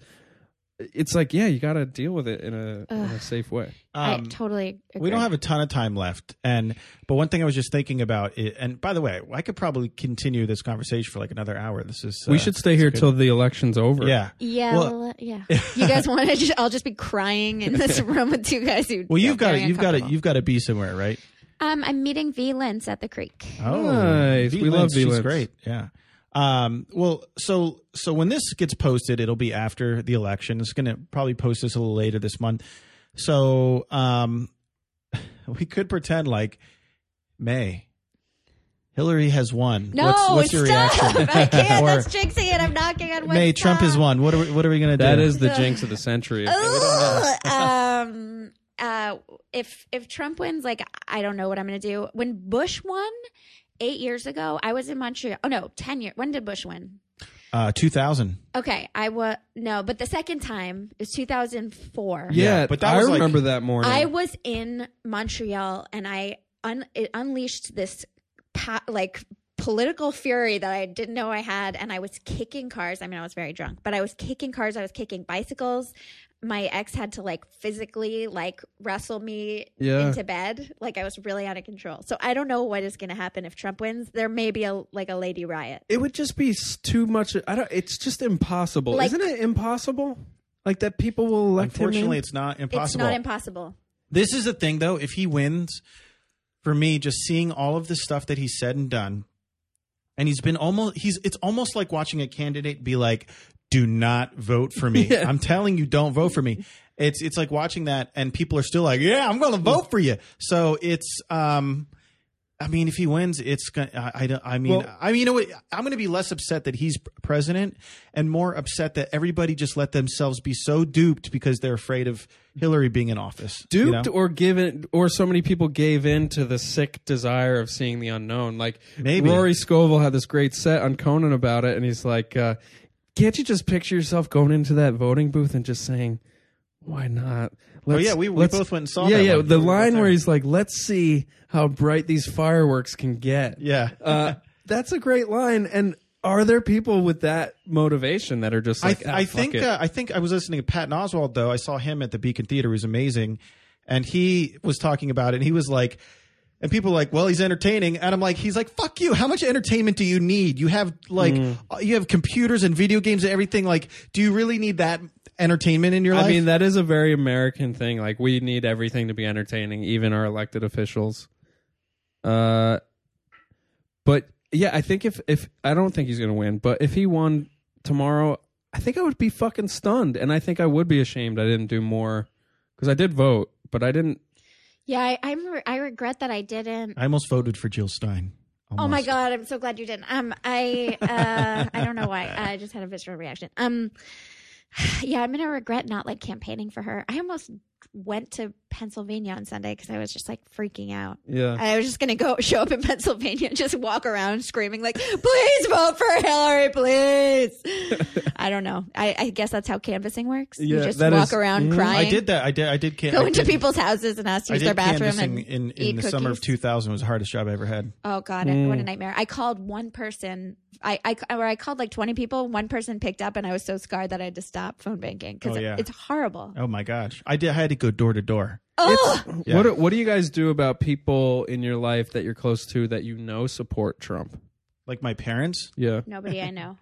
S1: it's like yeah you gotta deal with it in a, in a safe way
S3: I
S2: Um,
S3: totally. Agree.
S2: We don't have a ton of time left, and but one thing I was just thinking about, i and by the way, I could probably continue this conversation for like another hour. This is
S1: we
S2: uh,
S1: should stay here till the election's over
S2: yeah.
S3: Yeah,
S2: Well-
S3: well, uh,
S2: (laughs)
S3: yeah. You guys want to? Just, I'll just be crying in this room with two guys who.
S2: Well,
S3: are
S2: you've got to,
S3: very
S2: you've got to,
S3: uncomfortable.
S2: you've got to be somewhere, right?
S3: Um, I'm meeting V Lentz at the Creek.
S1: Nice.
S2: V.
S1: We love
S2: Lentz,
S1: V.
S2: She's
S1: Lentz.
S2: great. Yeah. Um, well, so so when this gets posted, it'll be after the election. It's going to probably post this a little later this month. So um, (laughs) we could pretend like May Hillary has won.
S3: No,
S2: what's, what's your
S3: stop!
S2: reaction?
S3: (laughs) I can't.
S2: (laughs) Or-
S3: That's jinxing it. I'm knocking on wood.
S2: May Trump
S3: Stop.
S2: has won. What are we, what are we going to do?
S1: That is the
S3: Yeah.
S1: jinx of the century.
S3: um, uh, if if Trump wins, like I don't know what I'm gonna do. When Bush won eight years ago, I was in Montreal. Oh no, ten years. When did Bush win?
S2: uh, two thousand.
S3: Okay, I was no, but the second time it was 2004.
S1: Yeah,
S2: Yeah, but that
S1: I
S2: was like-
S1: remember that morning.
S3: I was in Montreal and I un- it unleashed this pa- like political fury that I didn't know I had and I was kicking cars. I mean, I was very drunk, but I was kicking cars, I was kicking bicycles. My ex had to like physically like wrestle me
S1: Yeah.
S3: into bed. Like I was really out of control. So I don't know what is going to happen if Trump wins. There may be a like a lady riot.
S1: it would just be s- too much. I don't. It's just impossible,
S3: Like-
S1: isn't it? Impossible. Like that, people will elect him.
S2: Unfortunately,
S1: in?
S2: it's not
S3: It's
S2: impossible.
S3: not impossible.
S2: This is the thing, though. If he wins, for me, just seeing all of the stuff that he's said and done, and he's been almost he's it's almost like watching a candidate be like, "Do not vote
S1: (laughs)
S2: for me." I'm telling you, don't vote for me. It's it's like watching that, and people are still like, "Yeah, I'm going to vote for you." So it's um. I mean, if he wins, it's gonna. I, I, don't- I mean,
S1: Well-
S2: I mean, you know what? I'm gonna be less upset that he's pr- president, and more upset that everybody just let themselves be so duped because they're afraid of Hillary being in office. you know?
S1: duped or given or so many people gave in to the sick desire of seeing the unknown like
S2: Maybe.
S1: rory scovel had this great set on conan about it and he's like uh, can't you just picture yourself going into that voting booth and just saying why not let's,
S2: Oh, yeah, we- we
S1: let's-
S2: both went and saw
S1: yeah
S2: that
S1: yeah
S2: one.
S1: the
S2: We were both
S1: line where
S2: there.
S1: he's like let's see how bright these fireworks can get
S2: Yeah.
S1: uh, that's a great line and are there people with that motivation that are just
S2: I,
S1: like
S2: th-
S1: "Ah,
S2: I
S1: fuck
S2: think
S1: it."
S2: uh, I think I was listening to Patton Oswald though. I saw him at the Beacon Theater. He was amazing, and he was talking about it. And he was like, and people were like, well, he's entertaining, and I'm like, he's like, fuck you. How much entertainment do you need? You have like
S1: Mm.
S2: uh, you have computers and video games and everything. Like, do you really need that entertainment in your life?
S1: I mean, that is a very American thing. Like, we need everything to be entertaining, even our elected officials. Uh, but yeah, I think if if I don't think he's gonna win, but if he won tomorrow, I think I would be fucking stunned, and I think I would be ashamed I didn't do more because I did vote, but I didn't.
S3: Yeah, I I'm, re- I regret that I didn't
S2: I almost voted for Jill Stein.
S3: Oh my
S2: Almost.
S3: god, I'm so glad you didn't. Um I uh I don't know why. I just had a visceral reaction. Um (sighs) yeah, I'm going to regret not like campaigning for her. I almost went to Pennsylvania on Sunday cuz I was just like freaking out.
S1: Yeah,
S3: I was just going to go show up in (laughs) Pennsylvania and just walk around screaming like, "Please vote for
S2: (laughs)
S3: Hillary, please." I don't know. I, I guess that's how canvassing works. you
S1: Yeah,
S3: just
S1: that
S3: walk
S1: is-
S3: around
S1: Mm.
S3: crying.
S2: I did that. I did. I did. Can-
S3: Go
S2: I
S3: into
S2: did,
S3: people's houses and ask to
S2: I
S3: use
S2: did
S3: their bathroom
S2: canvassing in
S3: and
S2: in
S3: eat
S2: the summer of
S3: cookies.
S2: 2000 was the hardest job I ever had.
S3: Oh God, what a nightmare! I called one person. I, I or I called like twenty people. One person picked up, and I was so scarred that I had to stop phone banking because
S2: Oh, yeah.
S3: it's horrible.
S2: Oh my gosh, I did. I had to go door to door.
S3: Oh,
S2: Yeah.
S1: What do- What do you guys do about people in your life that you're close to that you know support Trump?
S2: Like my parents.
S1: Yeah,
S3: nobody I know.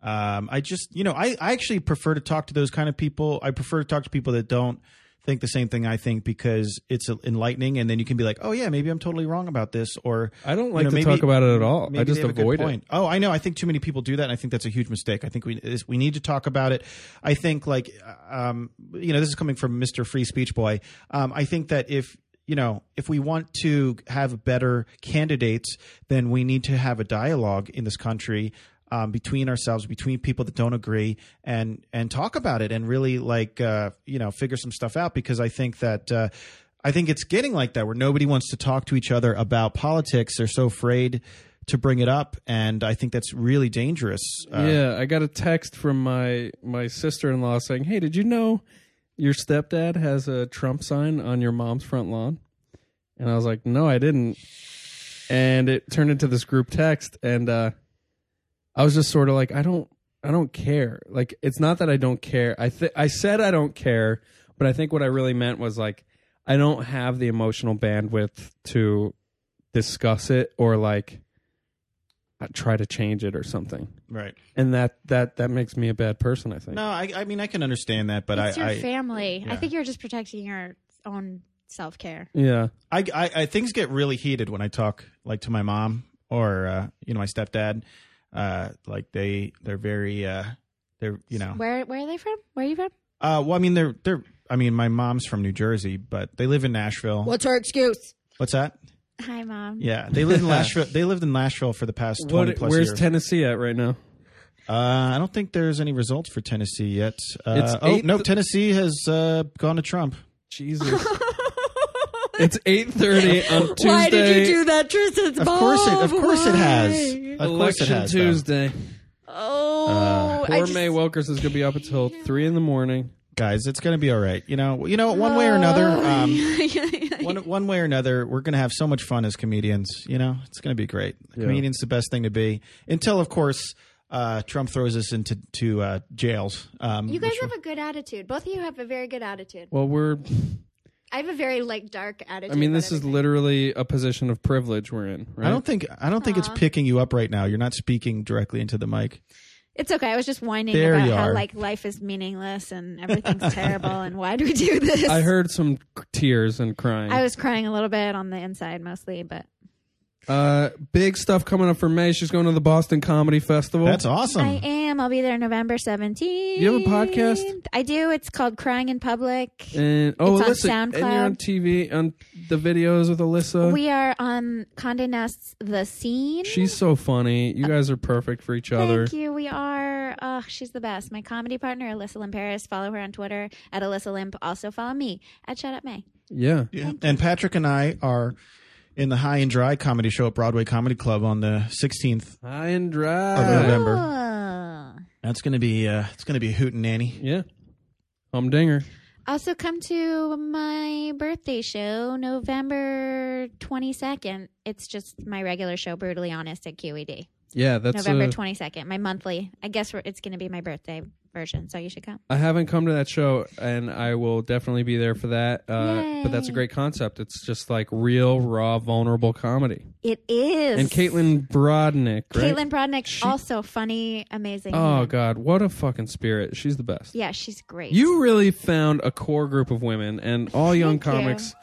S2: Um, I just, you know, I, I actually prefer to talk to those kind of people. I prefer to talk to people that don't think the same thing I think because it's enlightening, and then you can be like, oh yeah, maybe I'm totally wrong about this, or
S1: I don't
S2: you
S1: like
S2: know,
S1: to
S2: maybe-
S1: talk about it at all.
S2: maybe
S1: I just
S2: they have a good
S1: avoid it.
S2: point. Oh, I know. I think too many people do that, and I think that's a huge mistake. I think we is- we need to talk about it. I think like, um, you know, this is coming from Mr. Free Speech Boy. Um, I think that if you know, if we want to have better candidates, then we need to have a dialogue in this country um, between ourselves, between people that don't agree, and and talk about it, and really like uh, you know figure some stuff out. Because I think that uh, I think it's getting like that, where nobody wants to talk to each other about politics. They're so afraid to bring it up, and I think that's really dangerous. Uh,
S1: yeah, I got a text from my my sister in law saying, "Hey, did you know your stepdad has a Trump sign on your mom's front lawn?" And I was like, "No, I didn't." And it turned into this group text, and uh, I was just sort of like, "I don't, I don't care." Like, it's not that I don't care. I th- I said I don't care, but I think what I really meant was like, I don't have the emotional bandwidth to discuss it or like uh, try to change it or something
S2: Right.
S1: and that that that makes me a bad person. I think.
S2: No, I, I mean I can understand that, (laughs) but
S3: it's
S2: I,
S3: your
S2: I,
S3: family.
S2: yeah.
S3: I think you're just protecting your own self care.
S1: Yeah,
S2: I, I, I things get really heated when I talk like to my mom or uh, you know my stepdad. Uh, like they they're very uh, they're you know
S3: Where where are they from? Where are you from?
S2: uh, well I mean they're they're I mean my mom's from New Jersey but they live in Nashville.
S4: What's her excuse?
S2: What's that?
S3: Hi, mom.
S2: Yeah,
S1: (laughs)
S2: they live in Nashville. They lived in Nashville for the past twenty
S1: What,
S2: plus
S1: where's
S2: years.
S1: Tennessee at right now?
S2: uh, I don't think there's any results for Tennessee yet. Uh,
S1: It's
S2: oh
S1: eight-
S2: no, Tennessee has uh, gone to Trump.
S1: Jesus. it's 8.30 on Tuesday.
S4: Why did you do that, Tristan's
S2: Of course it. Of course it has.
S4: Why?
S2: Of course it
S1: Election
S2: has. though.
S1: Tuesday.
S2: Uh,
S4: Oh, I
S1: Poor
S4: just-
S1: May Wilkers is going to be up until 3 in the morning.
S2: guys, it's gonna be all right. You know, you know, one way or another. Um, one one way or another, we're gonna have so much fun as comedians. You know, it's gonna be great. Comedians the best thing to be until, of course, uh, Trump throws us into to uh, jails. Um,
S3: You guys
S2: which-
S3: have a good attitude. Both of you have a very good attitude.
S1: Well, we're,
S3: I have a very like dark attitude.
S1: I mean,
S3: about
S1: this is
S3: everything.
S1: literally a position of privilege we're in, right?
S2: I don't think I don't think it's picking you up right now. You're not speaking directly into the mic.
S3: It's okay. I was just whining
S2: There
S3: about
S2: you
S3: how
S2: are.
S3: like life is meaningless and everything's terrible and why do we do this?
S1: I heard some c- tears and crying.
S3: I was crying a little bit on the inside mostly, but
S1: uh, big stuff coming up for May. She's going to the Boston Comedy Festival.
S2: That's awesome.
S3: I am. I'll be there November 17th.
S1: Hmm. You have a podcast?
S3: I do. It's called Crying in Public.
S1: And oh,
S3: It's
S1: Alyssa,
S3: on
S1: and you're on TV on the videos with Alyssa.
S3: we are on Condé Nast's The Scene.
S1: She's so funny. You guys are perfect for each other.
S3: Thank you. We are. Oh, she's the best. My comedy partner, Alyssa Limp Paris. Follow her on Twitter at Alyssa Limp. Also follow me at Shut Up May.
S1: Yeah.
S2: Yeah. And Patrick and I are in the High and Dry comedy show at Broadway Comedy Club on the 16th
S1: High and
S2: of
S1: dry.
S2: November.
S3: Oh.
S2: That's gonna be uh, it's gonna be a hoot and nanny.
S1: Yeah. Humdinger.
S3: Also, come to my birthday show, November 22nd. It's just my regular show, Brutally Honest at E QED.
S1: Yeah, that's uh,
S3: November
S1: a-
S3: 22nd, my monthly. I guess we're- it's going to be my birthday version, so you should come.
S1: I haven't come to that show, and I will definitely be there for that. Uh, but that's a
S3: Yay.
S1: great concept. It's just like real, raw, vulnerable comedy.
S3: It is.
S1: And Caitlin Brodnick, right?
S3: Caitlin Brodnick, also funny, amazing.
S1: Oh
S3: human.
S1: God, what a fucking spirit! She's the best.
S3: Yeah, she's great.
S1: You really found a core group of women, and all young
S3: Thank you.
S1: comics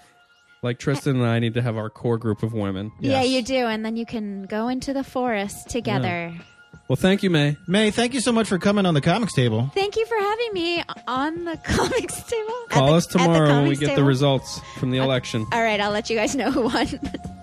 S1: like Tristan and I need to have our core group of women.
S3: Yeah,
S2: Yes.
S3: you do. And then you can go into the forest together.
S1: Well, thank you, May.
S2: May, thank you so much for coming on the comics table.
S3: Thank you for having me on the (laughs) comics table. At
S1: Call
S3: the-
S1: us
S3: at the Uh,
S1: tomorrow when we
S3: comics
S1: get the
S3: table.
S1: results from the election.
S3: All right, I'll let you guys know who won. (laughs)